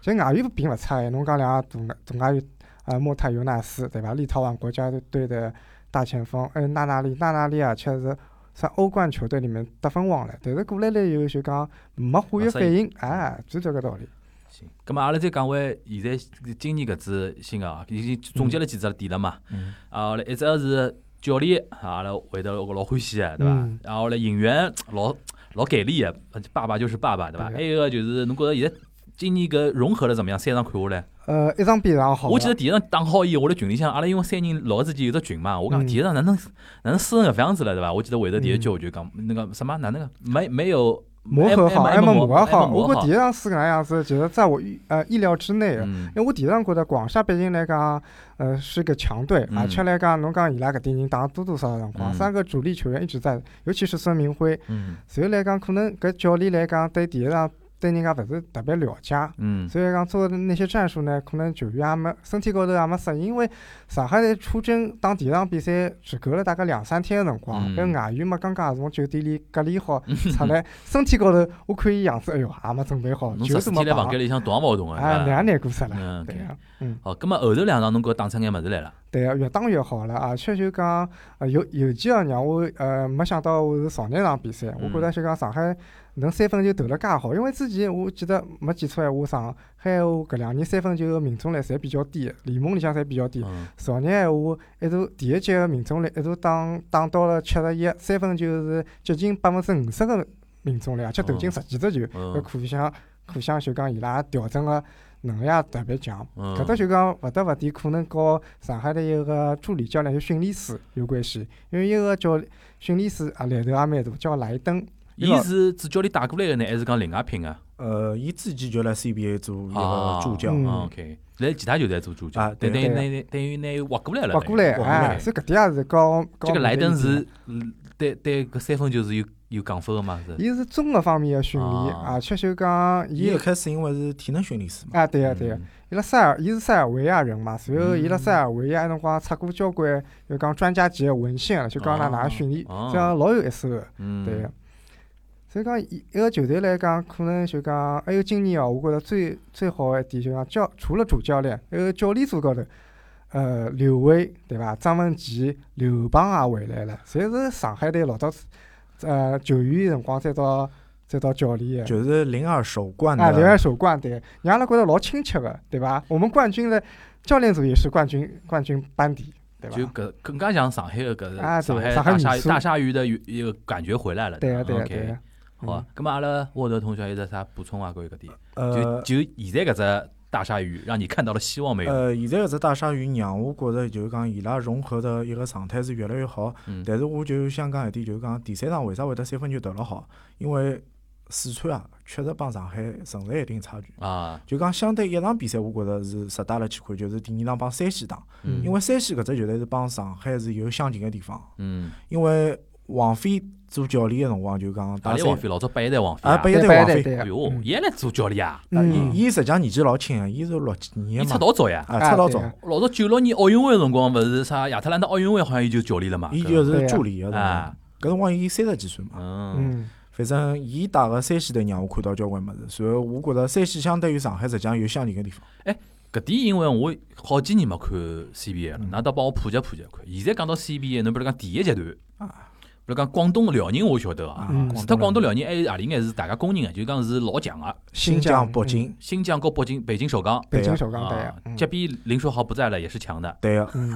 其实外援并勿差哎，侬讲两个大外大外援，呃，莫泰尤纳斯对伐？立陶宛国家队的大前锋，还有纳纳利，纳纳利啊，确实算欧冠球队里面得分王了，但是过来了以后就讲没化学反应，哎，就这个道理。行，咁啊么阿拉再讲回现在今年搿支新个啊，已经总结了几只点了嘛。嗯，啊，来一只是教练，啊阿拉会得老欢喜啊个，对伐嗯？然后来引援老老给力个，爸爸就是爸爸，对伐？对还有一个就是侬觉着现在今年搿融合了怎么样？三场看下来，呃，一场比一场好啊。我记得第一场打好以后，我辣群里向，阿拉因为三人老之前有只群嘛，我讲嗯第一场哪能哪能输成搿副样子了，对伐？我记得会得第一局我就讲那个什么哪能个没没有磨合好，还么磨哎合还好。没磨我觉得第一场啊是搿能样子，其实在我预呃意料之内的。嗯因为我第一场觉得广厦毕竟来讲，呃是个强队，啊嗯而且来讲，侬讲伊拉搿点人打了多多少少辰光，嗯三个主力球员一直在，尤其是孙铭徽。嗯随后来讲，可能搿教练来讲对第一场对人家勿是特别了解，嗯所以讲做的那些战术呢，可能球员也没身体高头也没适应，因为上海队出征打第一场比赛只隔了大概两三天的辰光，嗯搿外援嘛刚刚也从酒店里隔离 好出来，身体高头我看伊样子，哎哟，也没准备好，侬球十四都没天来碰房，间里向动也勿好动个，哎，对伐难难过死了，啊嗯，对 OK 呀。好，咁么后头两场侬搿打出眼物事来了，对啊，越打越好了，而且就讲，呃，有有几个让我呃没想到我是上那场比赛，我嗯觉得就讲上海能三分球投了介好，因为之前我记得没记错闲话，上海闲话搿两年三分球个命中率侪比较低，联盟里向侪比较低。嗯昨日闲话，一度第一节个命中率一度打打到了七十一，三分球是接近百分之五十个命中率，而且投进哦呃十几只球，搿嗯可想可想就讲伊拉调整个能力也特别强。嗯搿搭就讲勿得勿提，可能和上海的一个助理教练就训练师有关系，因为一个教训练师啊来头也蛮大，叫莱登。伊是主教练带过来个呢，还是讲另外啊聘个？呃，伊自己就来 CBA 做一啊个助教，嗯啊 OK，来其他球队做助教啊，但等对于对等于等于拿伊挖过来了。挖过来，过哎，来所以搿点也是高高。这个莱登是嗯对对搿三分球是有有讲法个嘛？是伊是综合方面的训练，啊而且就讲伊伊一开始因为是体能训练师嘛，啊，对嗯个对个，伊拉塞尔，伊是塞尔维亚人嘛，随后伊拉塞尔维亚那辰光出过交关，就讲专家级的文献了，就讲哦㑚哪能训练，哦这样老有一手的，嗯，对个。所以讲，一一个球队来讲，可能就讲还有今年哦，我觉着最最好的一点就讲教，除了主教练，还有教练组高头，呃，刘伟对伐？张文琪、刘邦也回来了，侪是上海队老早子呃球员辰光再到再到教练的。就是零二首冠啊，刘二的，首冠对，让阿拉觉得老亲切的，对吧？我们冠军的教练组也是冠军冠军班底，对嗯就吧？搿更加像上海的搿啊对上海上海大米鲨鱼苏大鲨鱼的有一个感觉回来了。对个对个 OK，对嗯个，好啊，咁么阿拉沃德同学有得啥补充啊？关于搿点，呃就就现在搿只大鲨鱼，让你看到了希望没有？呃，现在搿只大鲨鱼让我觉着就是讲伊拉融合的一个状态是越来越好，嗯但是我就想讲一点，就是讲第三场为啥会得三分球投了好？因为四川啊，确实帮上海存在一定差距。啊，就讲相对一场比赛，我觉着是实打了去看，就是第二场帮山西打，嗯因为山西搿只球队是帮上海是有相近的地方。嗯，因为王菲做教练个辰光就讲大打力山王菲老早八一代王菲啊，八一对队对王对菲，对哎个，哟，嗯伊还来做教练啊，啊嗯伊伊实际上年纪老轻啊个，伊是六几伊年出个嘛，老早呀。啊，啊出老对早，啊老早九六年奥运会的辰光，勿是啥亚特兰大奥运会，好像伊就教练了嘛。伊搿就对是啊助理个辰光啊，搿辰光伊三十几岁嘛，嗯嗯，反正伊打个山西队让我看到交关物事，所以我觉着山西相对于上海实际上有相近个地方。搿点因为我好几年没看 CBA 了，嗯㑚倒帮我普及普及看。现在讲到 CBA，侬比如讲第一阶段，啊比如讲广东、辽宁，我晓得啊。嗯除脱广东、辽宁，还有何里眼是大家公认的，就讲是老强的。新疆、北嗯京，新疆和北京、北京首钢，北对京个首钢队啊个，嗯这边林书豪不在了，也是强的。对啊个，嗯，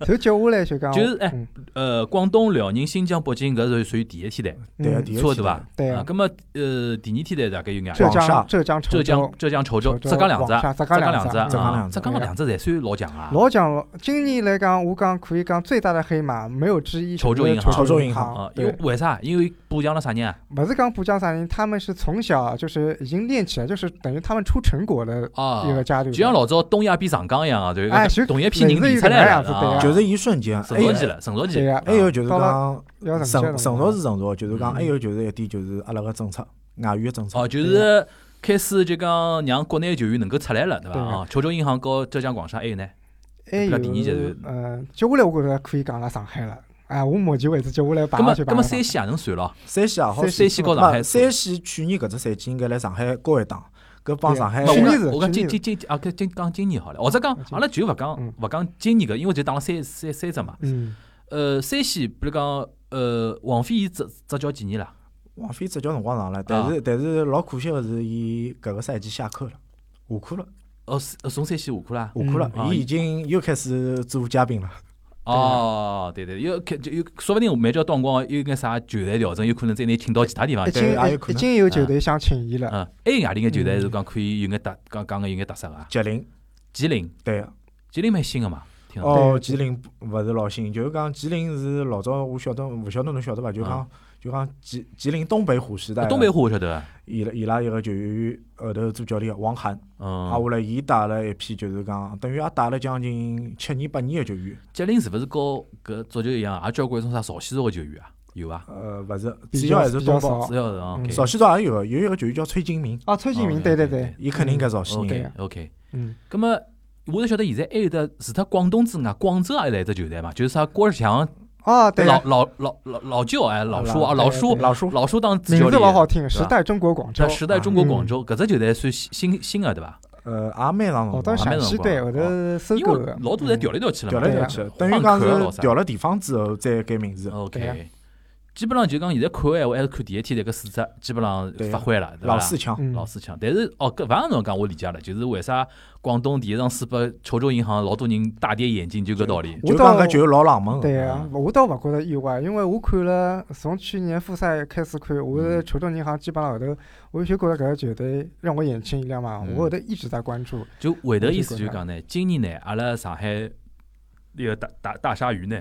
就接下来就讲，就是哎嗯，呃，广东、辽宁、新疆、北京，搿是属于第一梯队，对个，嗯第一错梯对队伐？对啊，个，葛末呃，第二梯队大概有眼。浙广厦江、浙江、浙潮江州、、浙江、潮州、潮州浙江两只广，厦浙江两两只只啊，浙江两只浙江两只侪算老强啊。老讲了，今年来讲，我讲可以讲最大的黑马没有之一，潮州就是银行潮州潮银州银啊行，，因为对，为啥？因为补强了啥人啊？不是讲浦江啥人，他们是从小就是已经练起来，就是等于他们出成果的啊一，个家庭，就像老早东亚比上港一样啊，对哎就同一批人类练似于出来搿能样了子啊，对啊就是一瞬间，哎成还有熟起来，成熟起对来哎呀。啊还有就是到了讲。要成成成熟是成熟，就是讲嗯还有就是一点就是阿拉个政策，外援个政策哦，。就是开始就讲让国内的球员能够出来了，对伐？对啊啊，潮州银行和浙江广厦还有呢，还有比较第二就是呃，接下来我觉着可以讲了上海了。哎，我目前为止接下来排葛么下去排葛么下山去，西也能算了，山西也好，山西和上海不山西去年搿只赛季应该来上海高一档，搿帮上海那去我年讲是我讲去今年今今啊，搿今讲今年好了，或者讲啊今阿拉就勿讲嗯勿讲今年搿，因为就打了三三三只嘛。嗯，呃，山西比如讲呃，王菲伊执执教几年了？王菲执教辰光长了，但是但是老可惜个是伊搿个赛季下课了，下课了，哦，是呃从山西下课啦。下课嗯啊了，伊已经又开始做嘉宾了。啊哦，对对，有开就有，说不定我们叫辰光有眼啥球队调整，有可能再拿请到其他地方已去。经对也有已可已能经有啊球队想请伊了，嗯，还有外地眼球队是讲可以有眼特，讲讲个有眼特色啊。吉林吉林，对个，吉林蛮新个嘛，听上去哦，对吉林勿是老新，就是讲吉林是老早我晓得，勿晓得侬晓得伐？就嗯讲就讲吉吉林东北虎时代啊的，东北虎我晓得。伊拉伊拉一个球员后头做教练王涵，啊，嗯，后来伊带了一批，就是讲等于也带了将近七年八年的球员，吉林是勿是和搿足球一样，也交关种啥朝鲜族个球员啊？有伐？呃，勿是，比主较要还是比较东北。少只。要是啊嗯，OK，绍兴岛也有个，有一个球员叫崔金明，啊，崔哦金明，对对对对，伊肯定该绍兴人。 ，OK 对 OK。嗯，葛么，我是晓得现在还有得，除脱广东之外，广州也来一只球队嘛，就是啥郭士强哦，对，老老老老老舅哎，老叔啊，老老叔对啊老叔，老叔当主教名字练，老好听，是吧时代中国广州在，时代中国嗯广州搿只球队算新新个对伐？呃，也蛮长哦，辰到光，陕西队后头收啊因购为的，嗯老多侪调来调去了调嘛。来对调啊去，换等于讲壳了哦是噻调了地方之后再改名字。 OK，基本上就讲现在看个闲话，还是看第一天迭个水质，基本上对发挥了，对啊伐老？四强，嗯老四强，但是哦，搿搿样侬讲我理解了，就是为啥广东第一场输拨球球银行，老多人大跌眼镜，就搿道理。我就讲倒搿就是老冷门个。对嗯啊，我倒勿觉着意外，因为我看了从去年复赛开始看，我嗯是球队银行基本上后头，我就觉着搿个球队让我眼前一亮嘛，嗯我后头一直在关注。就回头意思就是讲呢，今年呢，阿拉上海那个大大大鲨鱼呢，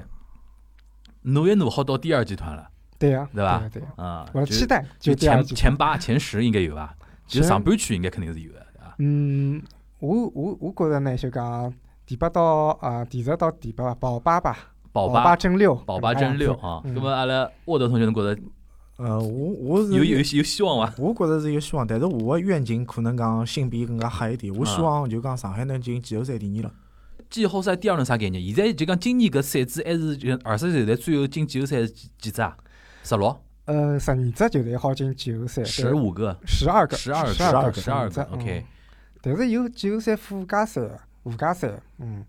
努一努好到第二集团了，对呀，对吧呀对呀，啊、我的就期待就就第二前季前八前十应该有吧？其实上半区应该肯定是有的，对啊吧？嗯，我我我觉着呢，就讲第八到啊，第十到第八保八吧，保八八争六，保八争六啊，嗯那么阿拉沃德同学侬觉得呃，我我是有有有希望啊伐？我觉着是有希望，但是我个愿景可能讲心比更加黑一点。我希啊望望就讲上海能进季后赛第二了。季后赛第二轮啥概念？现在就讲今年搿赛制还是就二十岁队最后进季后赛是几几只啊？十六、呃，十二只球队好进季后赛，十五个、十二个，十二十个、二嗯十二个。OK，但是有季后赛附加赛、附加赛，嗯，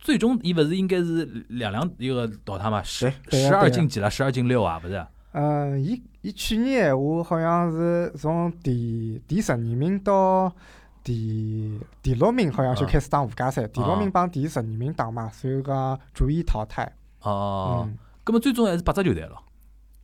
最终伊勿是应该是两两一个淘汰嘛？十对呀十二啊对呀进几了？十二进六啊？勿是？呃，伊伊去年闲话好像是从第第十二名到第第六名，好像就啊开始打附加赛，第六啊名帮第十二名打嘛，所以讲逐一淘汰。哦，嗯，葛末最终还是八只球队了。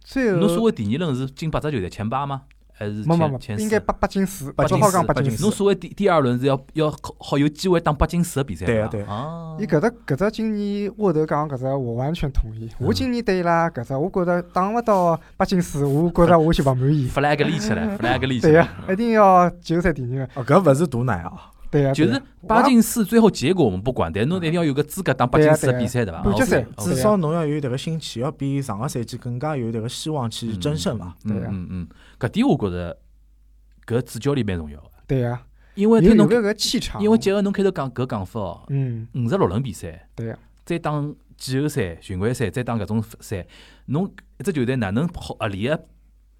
最后侬所谓第二轮是进八只球队前八吗？还是没没前没前，应该四？八八进四，八只进好四讲八八进进侬四。所谓第第二轮是要要好好有机会打八进四个比赛对呀呀对呀啊，伊搿只搿只今年沃头讲搿只，我完全同意。嗯我今年对伊拉搿只，我觉着打勿到八进四，我觉着我就勿满 意。 flag 立起 来，flag 立起对啊来呀。，一定要季后赛第二。哦，搿勿是毒奶啊！对呀，就对是呀八进四最后结果我们不管，但侬一定要有个资格打八进四的对啊对啊比赛对伐？半决赛哦至，OK，OK 少侬要有迭个心气，要比上个赛季更加有迭个希望去争胜嘛。嗯对啊嗯嗯，搿点我觉着搿主教练蛮重要的，对呀，因为有听有侬搿个气场。因为结合侬开头讲搿讲法哦，嗯，五十六轮比赛，对啊再打季后赛、循环赛，再打搿种赛，侬一只球队哪能好合理个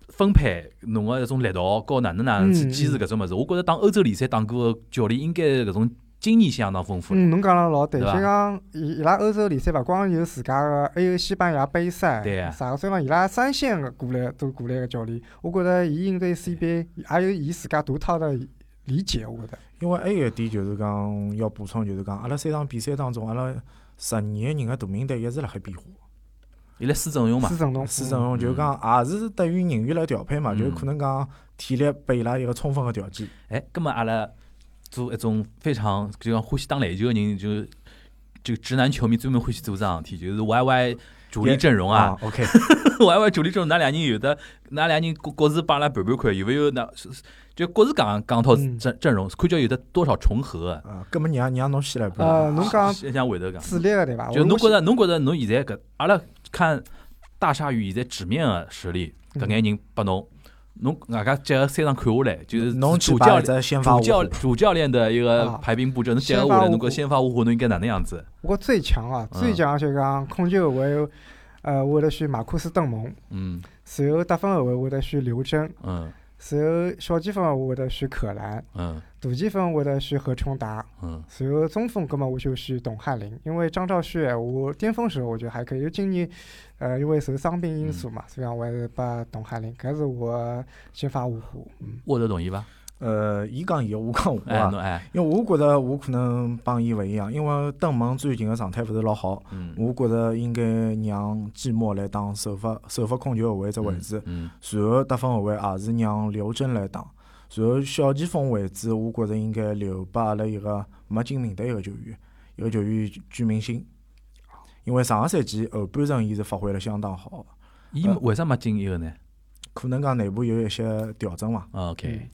分配侬个搿种力道，高哪能哪能去嗯坚持搿种物事？我觉着打欧洲联赛打过个教练应该搿种经验相当丰富了。嗯，侬讲了老对，对就吧讲伊伊拉欧洲联赛勿光有自家个，还有西班牙杯赛，对呀啥个虽然伊拉三线个过来都过来个教练，我觉着伊应对 CBA 也有伊自家独特的理解，我觉着。因为还有一点就是讲要补充，就是讲阿拉三场比赛当中，阿拉十二个人个大名单一直辣海变化。伊拉施阵容嘛施，正荣，施正荣就讲也是等于人员来调配嘛，嗯就可能讲体力被伊拉一个充分个调剂。哎，葛末阿拉做一种非常就讲欢喜打篮球个人，就就直男球迷专门欢喜做桩事体，就是 YY 主力阵容哦啊啊，OK， ，YY 主力阵容，㑚两人有的，㑚两人各各自帮阿拉盘盘看，有没有那就各自讲讲套嗯阵阵容，看叫有的多少重合啊。啊，搿么让让侬先来补。呃，侬讲先讲回头讲，主力个对伐？就我侬觉我着侬觉着侬现在搿阿拉看大鲨鱼现在纸面个实力，嗯搿眼人拨侬，侬外加结合三场看下来，就是侬去主把教一只先发主我教补主教练的一个啊排兵布阵，侬结合下先发来，五侬个虎先发五虎侬应该哪能样子？我最强啊，嗯最强就讲控球后卫，呃，我得选马库斯·邓蒙，嗯随后得分后卫我得选刘铮，嗯随后小前锋后卫我得选可兰，嗯大前锋我得选何冲达。嗯随后中锋，葛么我就选董翰林，因为张兆旭哎我巅峰时候我觉得还可以，就今年，呃，因为受伤病因素嘛，所以讲我还是把董翰林，搿是我先发五虎。嗯，沃德同意伐？呃，伊讲伊，我讲我哎，啊侬。哎，因为我觉着我可能帮伊勿一样，因为邓蒙最近个状态勿是老好，嗯，我觉着应该让季默来当首发首发控球后卫只位置，嗯，然后得分后卫也是让刘铮来打，然后小前锋位置我觉着应该留拨阿拉一个没进名单一个球员，一个球员居明星，因为上个赛季呃后半程伊是发挥了相当好，伊呃为啥没进一个呢可能讲内部有一些调整嘛，啊？OK，嗯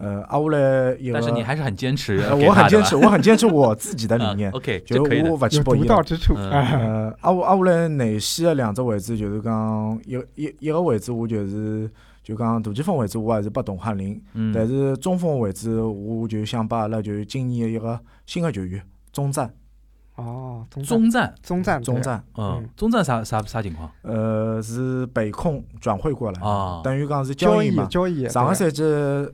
呃，挨下来一个，但是你还是很坚持呃要给我他的很坚吧，持， 我很坚持我自己的理啊 念。 OK，就这可以是的我，勿去有博独伊到拉。之处。 嗯哎呃，啊我啊我来内线的两只位置，就是讲一个一一个位置，我就是就讲大前锋位置，我还是拨董翰林，嗯，但是中锋位置，我就想把阿拉就是今年的一个新的球员中战哦，中中中战，中战中对战，嗯嗯，中战啥啥啥情况？呃，是北控转会过来，啊等于讲是交易易嘛。交易。上个赛对季，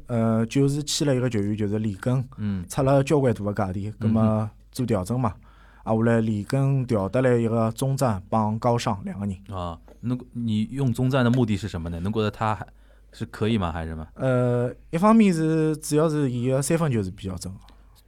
呃，就是签了一个球员，就是李根，嗯出了交关大个价钿，葛么做调整嘛。啊，后来连根调得来一个中战帮高尚两个人。啊，那你用中战的目的是什么呢？侬觉得他还是可以吗？还是什么？呃，一方面是主要是伊个三分球是比较准的，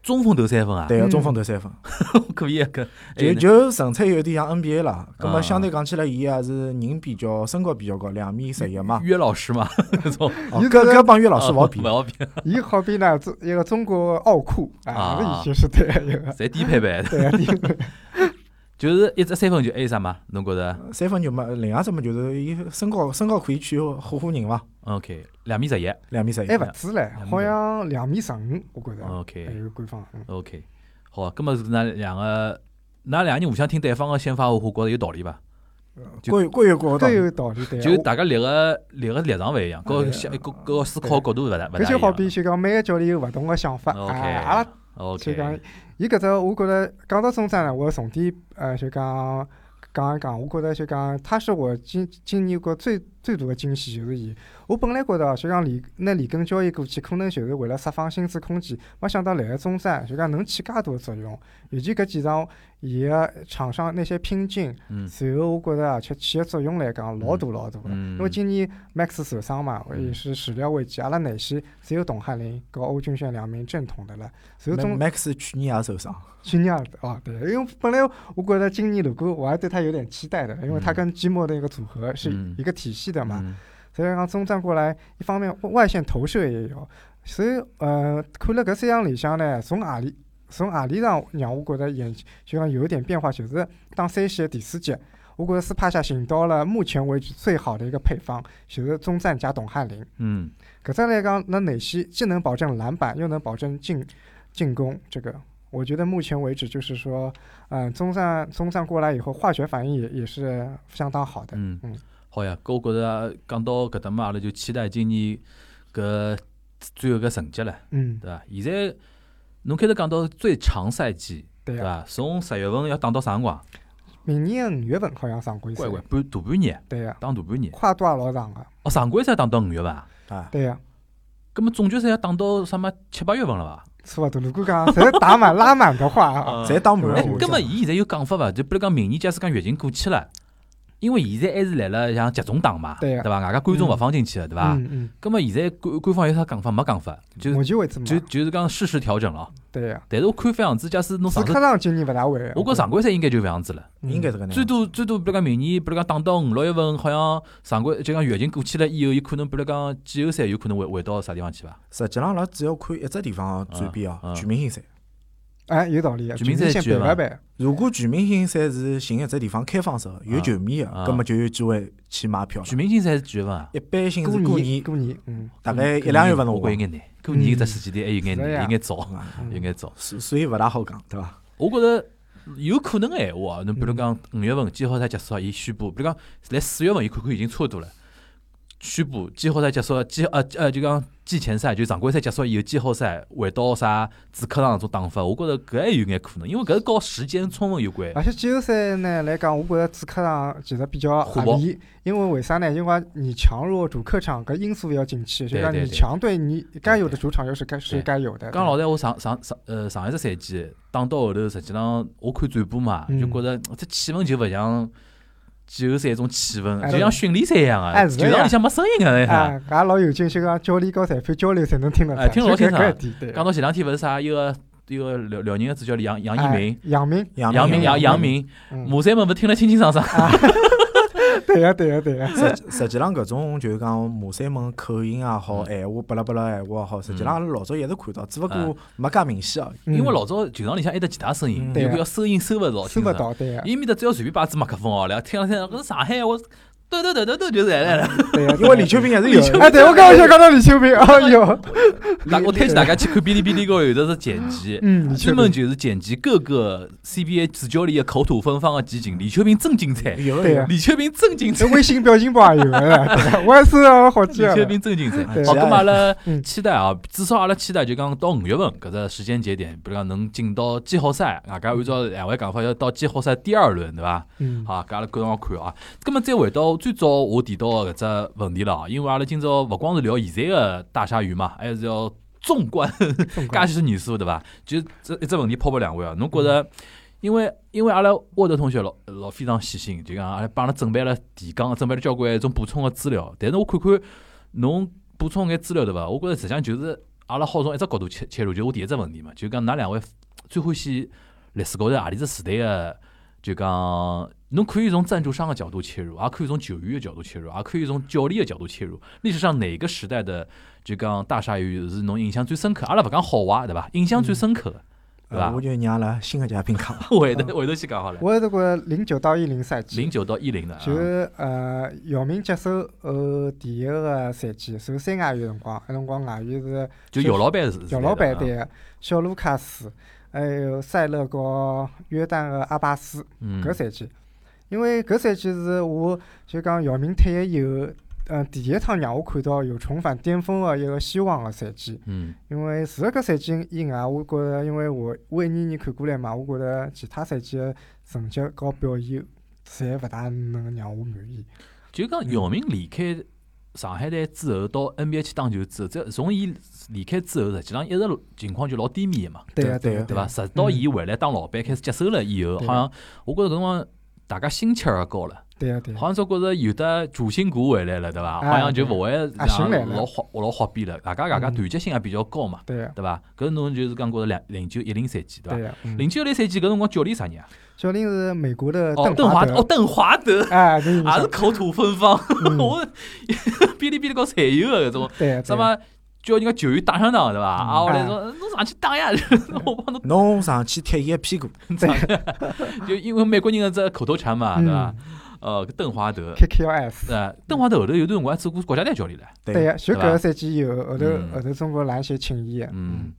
中锋投三分啊？对个嗯中锋投三分， 可以啊，搿就哎就纯粹有点像 NBA 啦。咁啊么相对讲起来，伊也是人比较身高比较高，两米十一嘛。约老师嘛， 啊那种哦，伊搿搿个搿帮 岳老师勿好比勿，好 比，伊好比呢，中一个中国奥库啊啊，搿已经是对一个侪低配 版的，对啊个地位。就是一只三分球还有啥嘛？侬觉得三分球嘛，另外只嘛就是伊身高身高可以去唬唬人伐， ？OK，两米十一两米十一还。勿哎止嘞两，米好像两米十五，我觉着。还，OK 有官方，嗯 OK，好啊，搿么是㑚两个，㑚两个人互相听对方个先发，我觉着有道理伐？就各有各有各个道搿理。有道理对啊。就我大家立个立个立场勿一样，哎搿呀想搿搿个思考角度勿大勿大一搿就样。好比就讲每个教练有勿同个想法啊，阿拉 OK 就 OK 讲伊搿只，我觉着讲到中战呢，我要重点呃就讲讲一讲，我觉着就讲他是我今今年过最最大的惊喜就是伊。我本来觉着啊就讲李拿李根交易过去，可能就是为了释放薪资空间，没想到来个中战就讲能起介大的作用，尤其搿几场伊个场上那些拼劲，嗯随后我觉着啊，吃起个作用来讲，老大老大个。嗯因为今年 Max 受伤嘛，嗯也是始料未及。阿拉内线只有董翰林和欧俊炫两名正统的了。所以中 Max 去年也受伤，去年也哦，对，因为本来我觉得今年如果我还对他有点期待的，因为他跟吉莫的一个组合是嗯一个体系的嘛。嗯所以讲中战过来，一方面外线投射也有，所以呃，看了搿三场里向呢，从阿里从阿里上让我觉得眼就讲有一点变化，就是当三线第四节，我觉得斯帕夏寻到了目前为止最好的一个配方，就是中战加董翰林。嗯搿只来讲，那内西既能保证篮板，又能保证进进攻，这个我觉得目前为止就是说，嗯、中战中战过来以后，化学反应也也是相当好的。嗯嗯好呀，搿我觉着讲到搿搭嘛，阿拉就期待今年搿最后搿成绩了。嗯，对伐？现在侬开头讲到最长赛季，对啊对啊呀、伐？从十月份要打到啥辰光？明年五月份好像上过一次乖，乖，半大半年，对呀、打大半年。跨度也老长个，哦，常规赛打到五月份啊，啊，啊对呀、葛末总决赛要打到什么七八月份了伐？差不多。如果讲侪打满拉满的话 啊，侪打满哎了。我，葛讲末伊现在有讲法伐？就比如讲明年假使讲疫情过去了，因为现在还是来了像集中打嘛，对对呀伐？外加观众勿嗯放进去了，对伐？嗯嗯，葛末现在官官方有啥讲法？没讲法，啊就目前为止嘛，就就是讲适时调整了。对呀、但是我看番样子，假使侬此上刻头，上今年勿大啊嗯会，我觉常规赛应该就搿样子了。应该是搿啊能样。嗯最多最多，比如讲明年，比如讲打到五六月份，好像常规就讲疫情过去了以后，有可能比如讲季后赛有可能回回到啥地方去伐？实际上，阿拉只要看一只地方的转变啊啊哦，全明星赛。哎有道理，全明赛先举办嘛一办，如果全明星赛是寻一只地方开放式的，有啊球迷的啊，葛么就有机会去买票了。全明星赛是几月份啊？一般性是过过年，过年，嗯，大概一两月份辰我觉有光，眼难，过年搿只嗯时间点还有眼是难，呀有眼早，啊嗯有眼早。所所以勿大好讲，对伐？我觉着有可能个闲话啊，侬比如嗯讲五月份季后赛结束啊，伊宣布，比如讲来四月份，伊看看已经差不多了，宣布季后赛结束啊，季呃呃就讲季前赛，就常规赛结束以后，季后赛回到啥主客场那种打法，我觉着搿还有眼可能，因为搿和时间充分有关。而且季后赛呢来讲，我觉着主客场其实比较火合爆理，因为为啥呢？因为你强弱主客场搿因素要进去，就对讲对你对强队你该有的主场优势该对是该有的。讲老实闲话，上上上呃上一只赛季打到后头，实际上我看转播嘛，嗯就觉着这气氛就勿像季后赛一种气氛，哎就像训练赛一样啊，哎是球场呀里向没声音个。哎啊，俺老有劲，就讲教练和裁判交流才能听得哎出听老就清爽搿一点对。讲到前两天勿是啥，一个一个辽辽宁个主教练杨杨一鸣，哎，杨明，杨杨明明杨杨杨明啊明，嗯，马三门勿听了清清爽爽。对呀，对呀，对呀，实际实际上搿种就是讲马三门口音也好，闲话巴拉巴拉闲话也好，实际上阿拉老早一直看到，只勿嗯过没介明显而已。嗯 因为老早球场里向还得其他声音，嗯有对啊个要收音收勿着，收清勿爽。到，对呀，伊面搭只要随便摆只麦克风哦，来听了听呃了，搿是上海话，抖抖抖抖抖就来来 了。对呀，因为李秋平还是有对呀。哎，对我刚刚想讲到李秋平，哎哟，大我推荐大家去看哔哩哔哩高头有的是剪辑。嗯，李秋专门平，就是剪辑各个 CBA 主教练的口吐芬芳的集锦，李秋平真精 彩，有对有呀，李秋平真精彩这，微信表情包也有的，哎对我也 是啊好记李啊。秋平真精彩。对好，咁阿拉嗯期待啊，至少阿拉期待就讲到五月份搿只时间节点，比如讲能进到季后赛，外加按照两位讲法，要到季后赛第二轮，对伐？嗯，好，搿阿拉搿辰光看啊。咁么再回到最早我提到的搿只问题了啊，因为阿拉今朝勿光是聊现在的大鲨鱼嘛，还是要纵观中国介许多年数对伐？就这一只问题抛拨两位啊，侬觉着因为因为阿拉沃德同学老老非常细心，就讲阿拉帮阿拉准备了提纲，准备了交关一种补充个资料。但是我看看侬补充眼资料对伐？我觉着实际上就是阿拉好从一只角度切切入，就我第一只问题嘛，就讲㑚两位最欢喜历史高头何里只时代个？就讲侬可以从赞助商个角度切入，也可以从球员个角度切入，也可以从教练个角度切入。历史上哪个时代的就讲大鲨鱼是侬印象最深刻？阿拉勿讲好坏对伐？印象最深刻 个，对呃伐。我就让阿拉新个嘉宾讲 伐回头回头先讲好了。我是觉零九到一零赛季，零九到一零的啊，就是呃，姚明接手后第一个赛季，受三外援辰光，那辰光外援是就姚老板是姚老板对，对个小卢卡斯，还有塞勒和约旦个阿巴斯嗯搿赛季。因为搿赛季是我就讲姚明退役以后，呃，第一趟让我看到有重返巅峰个一个希望个赛季。嗯因为除了搿赛季以外，我觉着，因为我我一年年看过来嘛，我觉着其他赛季个成绩和表现，侪勿大能让我满意。就讲姚明离开上海队之后，到 NBA 去打球之后，这从伊离开之后，实际上一直情况就老低迷的嘛，对对个啊个对对伐？伐？直到伊回来当老板开始接手了以后，对好像我觉着搿辰光大家心气儿也高了，对啊个对个好像总觉着有的主心骨回来了，对伐？哎好像就勿会啊心来让了老滑老滑逼了，大家大家嗯团结性也比较高嘛，对个啊对伐？搿侬就是讲觉着两零九一零赛季，对伐对？个。嗯零九年赛季搿辰光教练啥人啊？教练是美国的哦，邓华德，哦，啊呃华邓华德。哎，搿印也是象口吐芬芳，嗯 我哔哩哔哩高侪有个搿种，对啊个对什个么叫人家球员打相打对伐？嗯啊，我来说侬上去打呀， 我帮侬侬上去踢伊个屁股，就因为美国人个只口头禅嘛，啊对伐嗯？呃，邓华德， ，Kick your ass。呃，邓华德后头有段辰光还做过国家队教练唻，对啊对，个，就对搿吧个赛季以后，后头嗯后头中国篮协请啊伊个。嗯。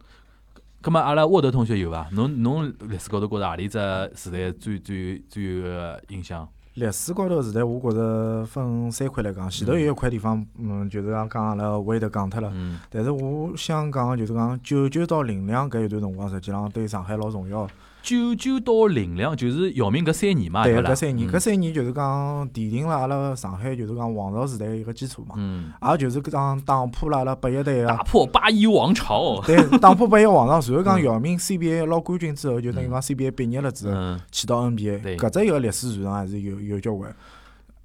葛么阿拉沃德同学有伐？侬侬历史高头觉着何里只时代最最最有个印象？历史高头时代，我觉着分三块来讲。前头有一块地方，嗯，就是讲讲阿拉会头讲脱了。嗯但是我想讲个就是讲九九到零两搿一段辰光，实际上对上海老重要。九九到零两就是姚明搿三年嘛，对，伐啦？搿三年，嗯搿三年就是讲奠定了阿拉上海就是讲王朝时代一个基础嘛。嗯，也就是搿讲打破了阿拉八一队打啊，破八一王朝，对，打破八一王朝。随后讲嗯姚明 CBA 捞冠军之后，就等于讲 CBA 毕业了之后，嗯。去到对 NBA，搿只一个历史传承还是有有交关。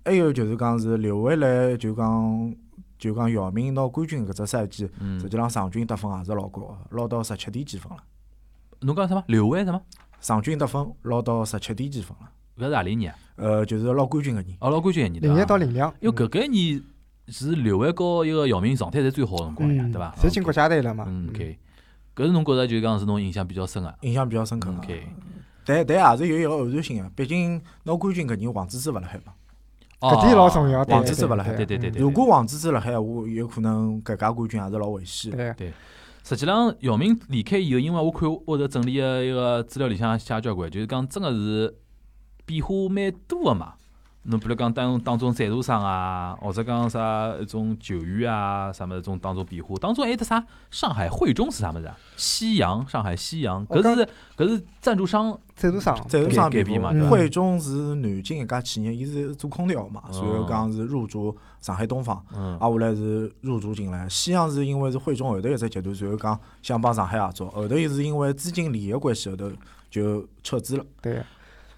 还有就是讲是留下来，就讲就讲姚明拿冠军搿只赛季，嗯实际上场均得分也是老高的，捞到十七点几分了。侬讲什么？刘伟什么？场均得分捞到十七点几分了，搿是何里年啊？呃，就是捞冠军个人。哦，老冠军一年对伐零一到零啊两，因为搿个一年是刘伟和一个姚明状态侪最好个辰光呀，嗯，对伐？侪进国家队了嘛？嗯，OK，搿是侬觉着就讲是侬印象比较深个。印象比较深刻啊嗯 OK，嗯但但也是啊有一个偶然性个，毕竟拿冠军搿人王治郅勿辣海嘛。哦搿点老重要，对王个治郅勿辣海对对对如果王治郅辣海，我有可能搿届冠军也是老危险的。对，啊实际上，姚明离开以后，因为我看沃德整理个一个资料里向写交关，就是讲真个是变化蛮多个嘛。侬比如讲当当中赞助商啊，或者讲啥一种球员啊，啥么子种当中变化，当中还有得啥上海汇中是啥么子啊？西洋上海西洋，我搿是搿是赞助商赞助商，赞助商改比变嘛对吧嗯汇中是南京一家企业，伊是做空调嘛，哦随后讲是入驻上海东方，嗯啊，后来是入驻进来。西洋是因为是汇中后头一只集团，随后讲想帮上海合作，后头又是因为资金利益关系，后头就撤资了。对个。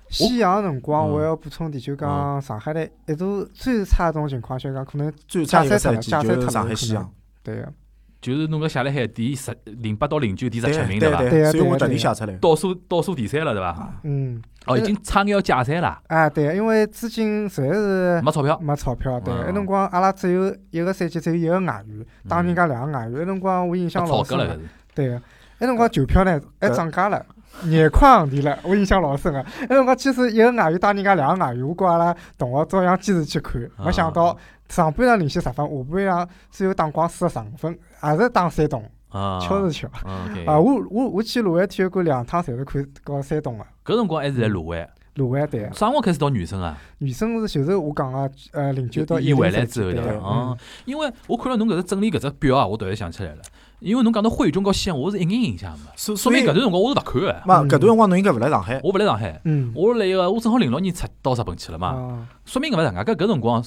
西洋的辰光，嗯我还要补充点，就讲上海队一度最差的种情况，就讲可能最差一个加赛赛特季加赛就特是有上海可西能洋，对啊个，就是侬搿写了海第十零八到零九第十对七名对伐？对啊所以对我啊特地对啊写出来。倒数倒数第三了对伐？啊嗯，哦，已经差眼要解散了，啊，对个，因为资金实在是没钞票。没钞票，对，嗯那辰光阿拉只有一个赛季，只有一个外援，打嗯人家两个外援，那辰光我印象炒老格深了，个搿，是对个，那辰光球票呢还涨价了。眼眶行钿了，我印象老深个。那辰光其实一个外援打人家两个外援，我跟阿拉同学照样坚持去看，没想到上半场领先十分，下半场最后打光输了十五分，也是打山东，啊，敲是敲。嗯，OK 啊，我我我去卢湾体育馆两趟，侪是看搞山东个。搿辰光还是在卢湾，卢湾对个，啥辰光开始到女生啊？女生是就是我讲个，呃，零九到伊零回赛来季之后对伐？个，哦嗯，因为我看了侬搿只整理搿只表啊，我突然想起来了，因为侬讲到汇中和西洋，我是一眼印象没，说所所明以搿，段辰光我是勿看个，嘛，嗯搿段辰光侬应该勿辣上海。我勿来上海，嗯，我来个我正好零六年出到日本去了嘛，啊，说明搿勿是，外加搿辰光，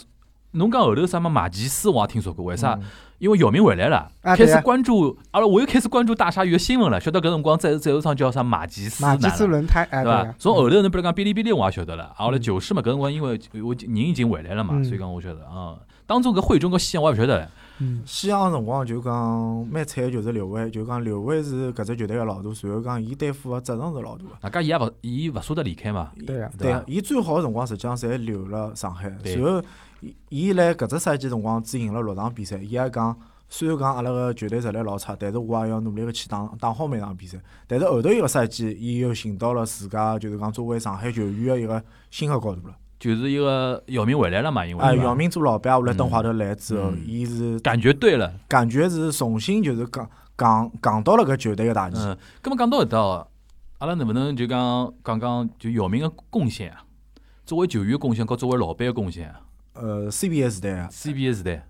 侬讲后头啥么马奇斯我也听说过，为啥嗯？因为姚明回来了，啊开对始啊关注阿拉我又开始关注大鲨鱼的新闻了，晓得搿辰光再再有一场叫啥马吉斯马男吉斯了轮胎，哎，对对伐个？从后头侬比如讲哔哩哔哩我也晓得了，啊，后来嗯九世嘛，搿辰光因为我人已经回来了嘛，嗯所以讲我晓得啊。当中搿惠中和西洋我也勿晓得了，嗯西洋个辰光就讲蛮惨个就是刘伟，就讲刘伟是搿只球队个老大，随后讲伊担负个责任是老大个。外加伊也勿伊勿舍得离开嘛，对个对对伐个，伊最好个辰光实际上侪留了上海，对随后伊伊辣搿只赛季辰光只赢了六场比赛，伊也讲。虽然讲阿拉个球队实力老差，但是我也要努力个去打打好每场比赛。但是后头一个赛季，伊又寻到了自家就是讲作为上海球员个一个新个高度了。就是一个姚明回来了嘛，因为啊，对伐姚明做老板，后来邓华头来之后嗯，伊是感觉对了，感觉是重新就是讲讲讲到了搿球队个大旗。嗯，咁么讲到搿搭，阿拉能不能就讲讲讲就姚明个贡献啊？作为球员的贡献，和作为老板个贡献啊呃，CBA 时代啊，CBA 时代，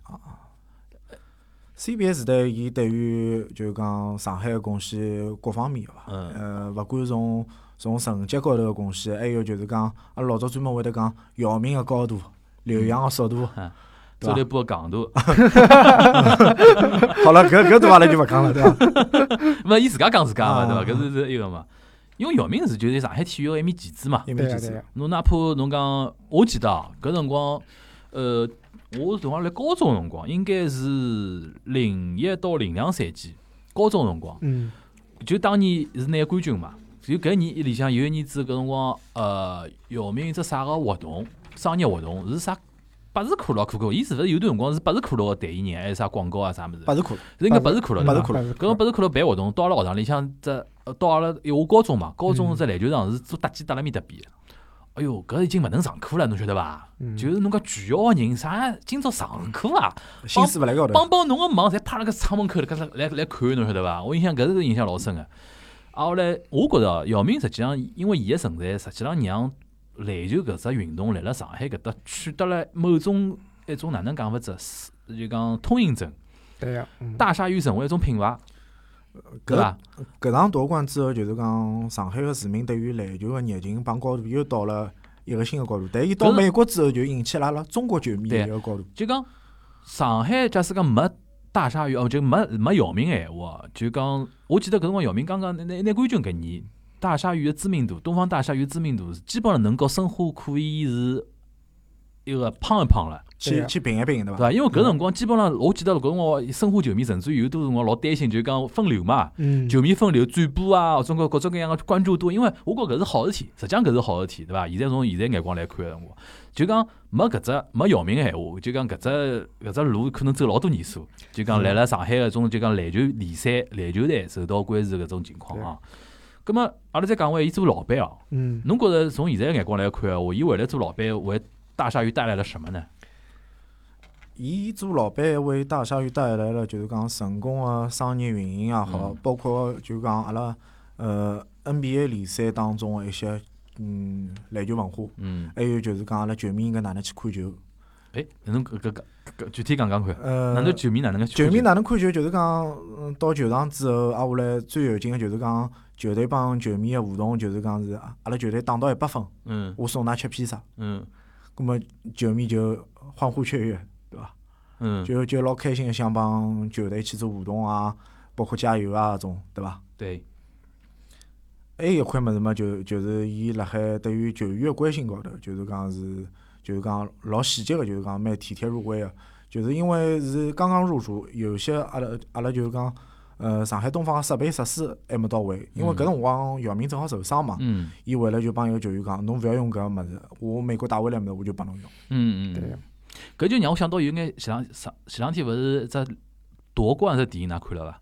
，CBA 时代伊对于就是讲上海个贡献各方面个伐，嗯呃，勿管从从成绩高头个贡献，还有就是讲阿拉老早专门会得讲姚明个高度。刘洋个速度，对周吧立波个戆度，嗯好了，搿搿对伐？阿拉就勿讲了， 啊对伐？勿伊自家讲自家嘛，对伐？啊搿是是一个嘛，因为姚明是就是上海体育个一面旗帜嘛。因为对个就对是个，侬哪怕侬讲，我记得啊，搿辰光，呃，我是辰光辣高中辰光，应该是零一到零两赛季，高中辰光。嗯就当年是拿冠军嘛，就搿年里向有一年子搿辰光，呃，姚明有只啥个活动，商业活动是啥？百事可乐可口，伊是勿是有段辰光是百事可乐个代言人，还是啥广告啊啥物事百？事可乐，是应该百事可乐对百事伐可乐乐搿辰光百事可乐办活动，到阿拉学堂里向只，呃到阿拉因为我高中嘛，高中只篮球场是做搭建搭了面搭边的。哎哟，搿已经勿能上课了，侬晓得伐？嗯就是侬讲巨傲个人，啥今朝上课啊？心思勿辣高头。帮帮侬个忙，侪趴辣搿窗门口搿搭来来看，侬晓得伐？我印象搿是印象老深个。啊，后来我觉着姚明实际上因为伊个存在，实际上让篮球搿只运动来辣上海搿搭取得了某种一种哪能讲法子，是就讲通行证，对个，嗯大鲨鱼成为一种品牌，对搿伐？搿场夺冠之后，就是讲上海个市民对于篮球个热情帮高度又到了一个新个高度。但伊到搿是美国之后，就引起了阿拉中国球迷的对一个高度。就讲上海，假使讲没大鲨鱼，哦，就没没姚明个闲话，就讲我记得搿辰光姚明刚刚拿拿拿冠军搿年，大鲨鱼的知名度，东方大鲨鱼的知名度是基本上能够申花可以是一个胖一胖了，去对啊去评一评，对对伐？伐？因为搿辰光基本上我记得搿辰光申花球迷甚至于有多辰光老担心，就讲分流嘛。嗯，球迷分流、转播啊，中国各种各样的关注度，因为我觉着搿是好事体，实际上搿是好事体，对伐？现在从现在眼光来看个辰光，就讲没搿只没姚明个闲话，就讲搿只搿只路可能走老多年数，就讲来了上海搿种就讲篮球联赛、篮球队受到关注搿种情况啊。葛么阿拉再讲回伊做老板哦，嗯，侬觉着从现在个眼光来看个话，伊回来做老板为大鲨鱼带来了什么呢？伊做老板为大鲨鱼带来了就是讲成功个商业运营也好嗯，包括就讲阿拉呃 NBA 联赛当中个一些嗯篮球文化，嗯，还有就是讲阿拉球迷应该哪能去看球。诶，侬搿搿搿搿具体讲讲看，呃，哪能球迷哪能个球迷哪能看球？就是讲，嗯，到球场之后，啊，下来最有劲个就是讲，球队帮球迷个互动，就是讲是啊阿拉球队打到一百分，嗯我送㑚吃披萨，嗯葛么球迷就欢呼雀跃，对伐？嗯，就就老开心个，想帮球队去做互动啊，包括加油啊，搿种，对伐？对，还有一块物事嘛，就就是伊辣海对于球员个关心高头，就是讲是，就是讲老细节个，就是讲蛮体贴入微个，就是因为是刚刚入主，有些阿拉阿拉就是讲，呃，上海东方个设备设施还没到位，因为搿辰光姚明正好受伤嘛，嗯伊回来就帮一个球员讲，侬勿要用搿个物事，我美国带回来物事我就帮侬用。嗯嗯，对个，搿就让我想到有眼前两上前两天勿是只夺冠只电影㑚看了伐？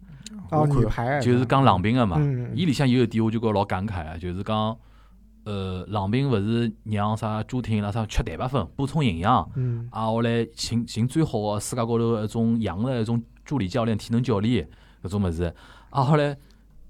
哦，我看女排就是讲郎平个嘛嗯，嗯伊里向有一点我就觉得老感慨啊，就是讲，呃，郎平勿是让啥朱婷啦啥吃蛋白粉补充营养，嗯啊，后来寻寻最好个世界高头的一种洋个一种助理教练、体能教练搿种物事，啊，后来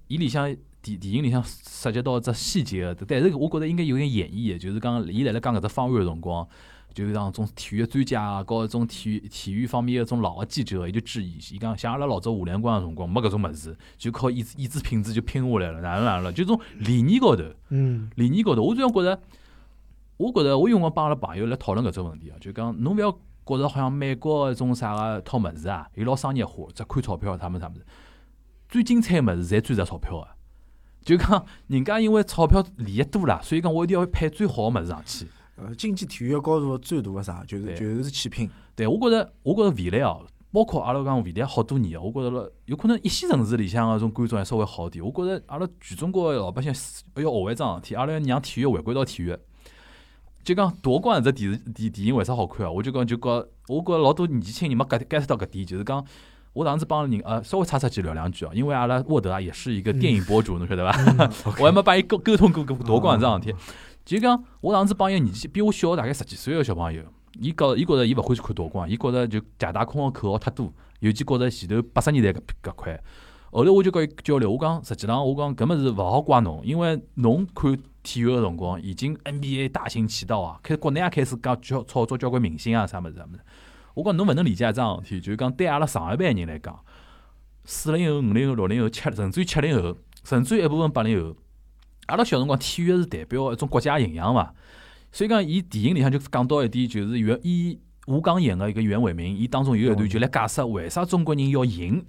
伊里向。电电影里向涉及到一只细节的，但是我觉得应该有眼演绎的，就是讲伊辣辣讲搿只方案个辰光，就是让种体育专家啊，和种体育体育方面的种老个记者，伊就质疑，伊讲像阿拉老早华联冠个辰光没搿种物事，就靠意志意志品质就拼下来了，哪能哪能了，就种理念高头，嗯理念高头，我主要觉着，我觉着我有辰光帮阿拉朋友来讨论搿只问题啊，就讲侬勿要觉着好像美国一种啥个套物事啊，伊老商业化，只看钞票啥么啥么子。最精彩个物事侪追着钞票个，就讲人家因为钞票利益多啦，所以讲我一定要配最好个物事上去。呃，经济体育高度最大个啥，就是对就是去拼。对，我觉着，我觉着未来哦，包括阿拉讲未来好多年哦，我觉着了，有可能一线城市里向个啊种观众还稍微好点。我觉着阿拉全中国个老百姓是要学会桩事体，阿拉要让体育回归到体育。就讲夺冠这电视电电影为啥好看啊？我就讲就觉，我觉着老多年轻人没 get get 到搿点，就是讲。我上次帮人呃稍微岔出去聊两句啊，因为阿拉沃德啊也是一个电影博主，侬晓得伐？ 我还没帮伊沟沟通过过夺冠这桩事体。就讲我上次帮一个年纪比我小大概十几岁个小朋友，伊觉伊觉着伊勿欢喜看夺冠，伊觉着就假大空个口号太多，尤其觉着前头八十年代搿搿块。后来我就跟伊交流，我讲实际上我讲搿物事勿好怪侬，因为侬看体育个辰光已经 NBA 大行其道啊，开国内也开始讲交炒作交关明星啊啥物事啥物事。我讲侬勿能理解一桩事体，就是讲对阿拉上一辈人来讲，四零后、五零后、六零后、七甚至于七零后，甚至于一部分八零后，阿拉小辰光体育是代表一种国家形象嘛。所以讲，伊电影里向就讲到一点，就是袁伊吴刚演个一个袁伟民，伊当中有一段就来解释为啥中国人要赢，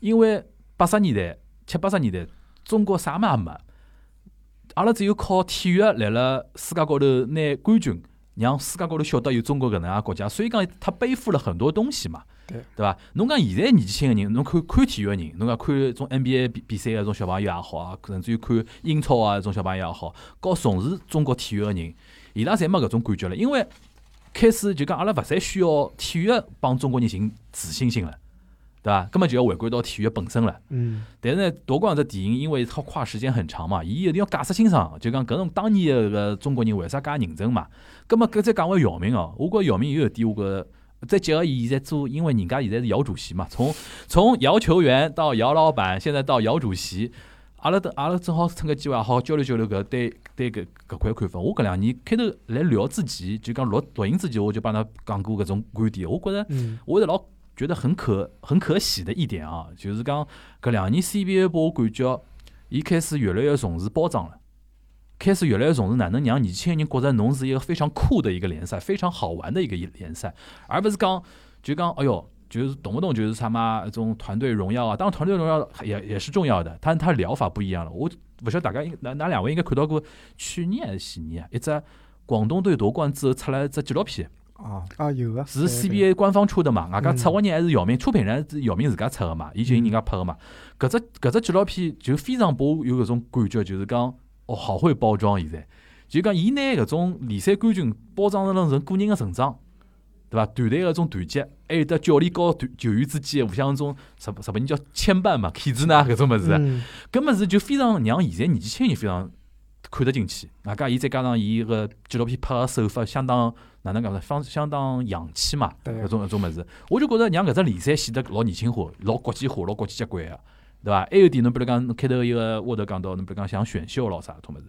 因为八十年代、七八十年代，中国啥么也没，阿拉只有靠体育来了世界高头拿冠军，让世界高头晓得有中国搿能介国家，所以讲他背负了很多东西嘛，对对伐？侬讲现在年轻个人，侬看看体育个人，侬讲看种 NBA 比比赛个种小朋友也好啊，甚至于看英超啊种小朋友也好，搞从事中国体育个人，伊拉侪没搿种感觉了，因为开始就讲阿拉勿再需要体育帮中国人寻自信心了，对伐？根本就要回归到体育本身了。嗯，但是呢，夺冠这电影因为它跨时间很长嘛，伊一定要解释清爽，就讲搿种当年的个中国人为啥介认真嘛。葛末搿再讲回姚明哦，我觉得姚明有一点，我觉得再结合伊现在做，因为人家现在是姚主席嘛，从从姚球员到姚老板，现在到姚主席，阿拉等阿拉正好趁个机会啊也好好交流交流搿对对搿搿块看法。我搿两年开头来聊之前，就讲录录音之前，我就帮他讲过搿种观点，我觉着。嗯，我是老觉得很可很可喜的一点啊，就是讲搿两年 CBA 拨我感觉，伊开始越来越重视包装了，开始越来越重视哪能让年轻人觉着侬是一个非常酷的一个联赛，非常好玩的一个联赛，而不是讲就讲哎哟。就是动不动就是他妈这种团队荣耀啊，当然团队荣耀也也是重要的，但是它疗法不一样了。我不晓得大家应哪哪两位应该看到过去年还是前年啊，一只广东队夺冠之后出来一只纪录片，啊，啊有个是 CBA 官方出的嘛，外加嗯策划人还是姚明，出品人还是姚明自家出的嘛，伊就人家拍的嘛。搿只搿只纪录片就非常拨我有搿种感觉，就是讲哦，好会包装现在，就讲伊拿搿种联赛冠军包装成了成个人的成长，对伐？团队的一种团结，还有得教练和团球员之间互相种什什么人叫牵绊嘛、体制呐搿种物事啊。嗯搿物事就非常让现在年纪轻人非常看得进去，外加伊再加上伊个纪录片拍个手法相当哪能讲呢？相相当洋气嘛，对搿种搿种物事，我就觉着让搿只联赛显得老年轻化、老国际化、老国际接轨个，对伐？还有一点，侬比如讲侬开头一个沃德讲到，侬比如讲像选秀咯啥种物事，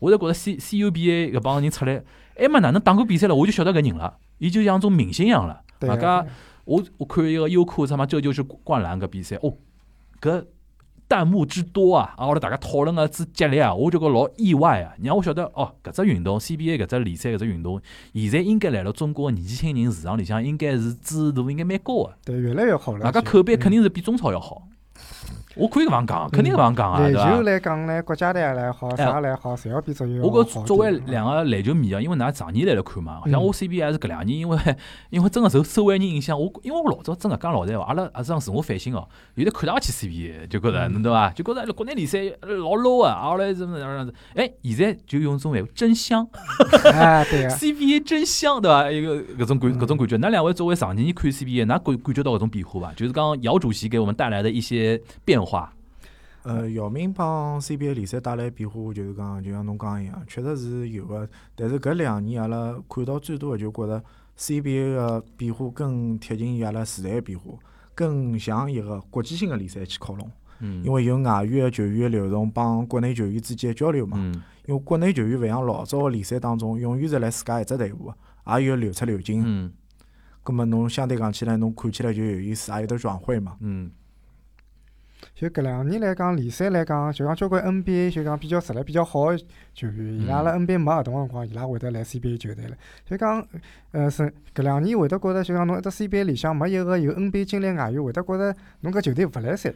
我就觉着 C C U B A 搿帮人出来，还没哪能打过比赛了，我就晓得搿人了，伊就像种明星一样了，对啊外个加。我我看一个优酷他妈这就是灌篮个比赛哦，搿弹幕之多啊，啊，我拉大家讨论个之激烈啊，我就觉老意外啊，让我晓得哦，搿只运动 CBA 搿只联赛搿只运动，现在应该来了中国年轻人市场里向应该是知度应该蛮高个，对，越来越好了。外加就口碑肯嗯定是比中超要好，我可以搿样讲，肯定搿样讲啊，篮对伐球？来讲呢，国家队也来好，啥来好，侪要比足球要好我觉点作为两个篮球迷啊，因为㑚常年来了看嘛，像我 CBA 是搿两年，因为因为真个受受外人影响，我因为我老早真个讲老实闲话，阿拉也是上自我反省哦，有点看勿起 CBA，就觉着侬对伐？就觉着国内联赛老 low 啊，阿拉怎么怎么样子？哎，现在就用种闲话，真香哎， 对个， ，CBA 真香，对伐？一个搿种感搿种感觉，㑚两位作为常年看 CBA，㑚感感觉到搿种变化伐？就是讲姚主席给我们带来的一些变化，呃，姚明帮 CBA 联赛带来变化，就是讲，就像侬讲一样，确实是有个。但是搿两年阿拉看到最多的，就觉着 CBA 个变化更贴近于阿拉时代的变化，更向一个国际性的联赛去靠拢。嗯因为有外援个球员流动帮国内球员之间的交流嘛。嗯因为国内球员勿像老早个联赛当中，永远是来自家一只队伍个，也有流出流进。嗯葛末侬相对讲起来，侬看起来就有意思，也有得转会嘛。嗯，就搿两年来讲，联赛来讲，就讲交关 NBA 就讲比较实力比较好个球员，伊拉辣 NBA 没合同个辰光，伊拉会得来 CBA 球队了。就讲，呃，是搿两年会得觉着就讲侬一只 CBA 里向没一个有 NBA 经历外援，会得觉着侬搿球队勿来三。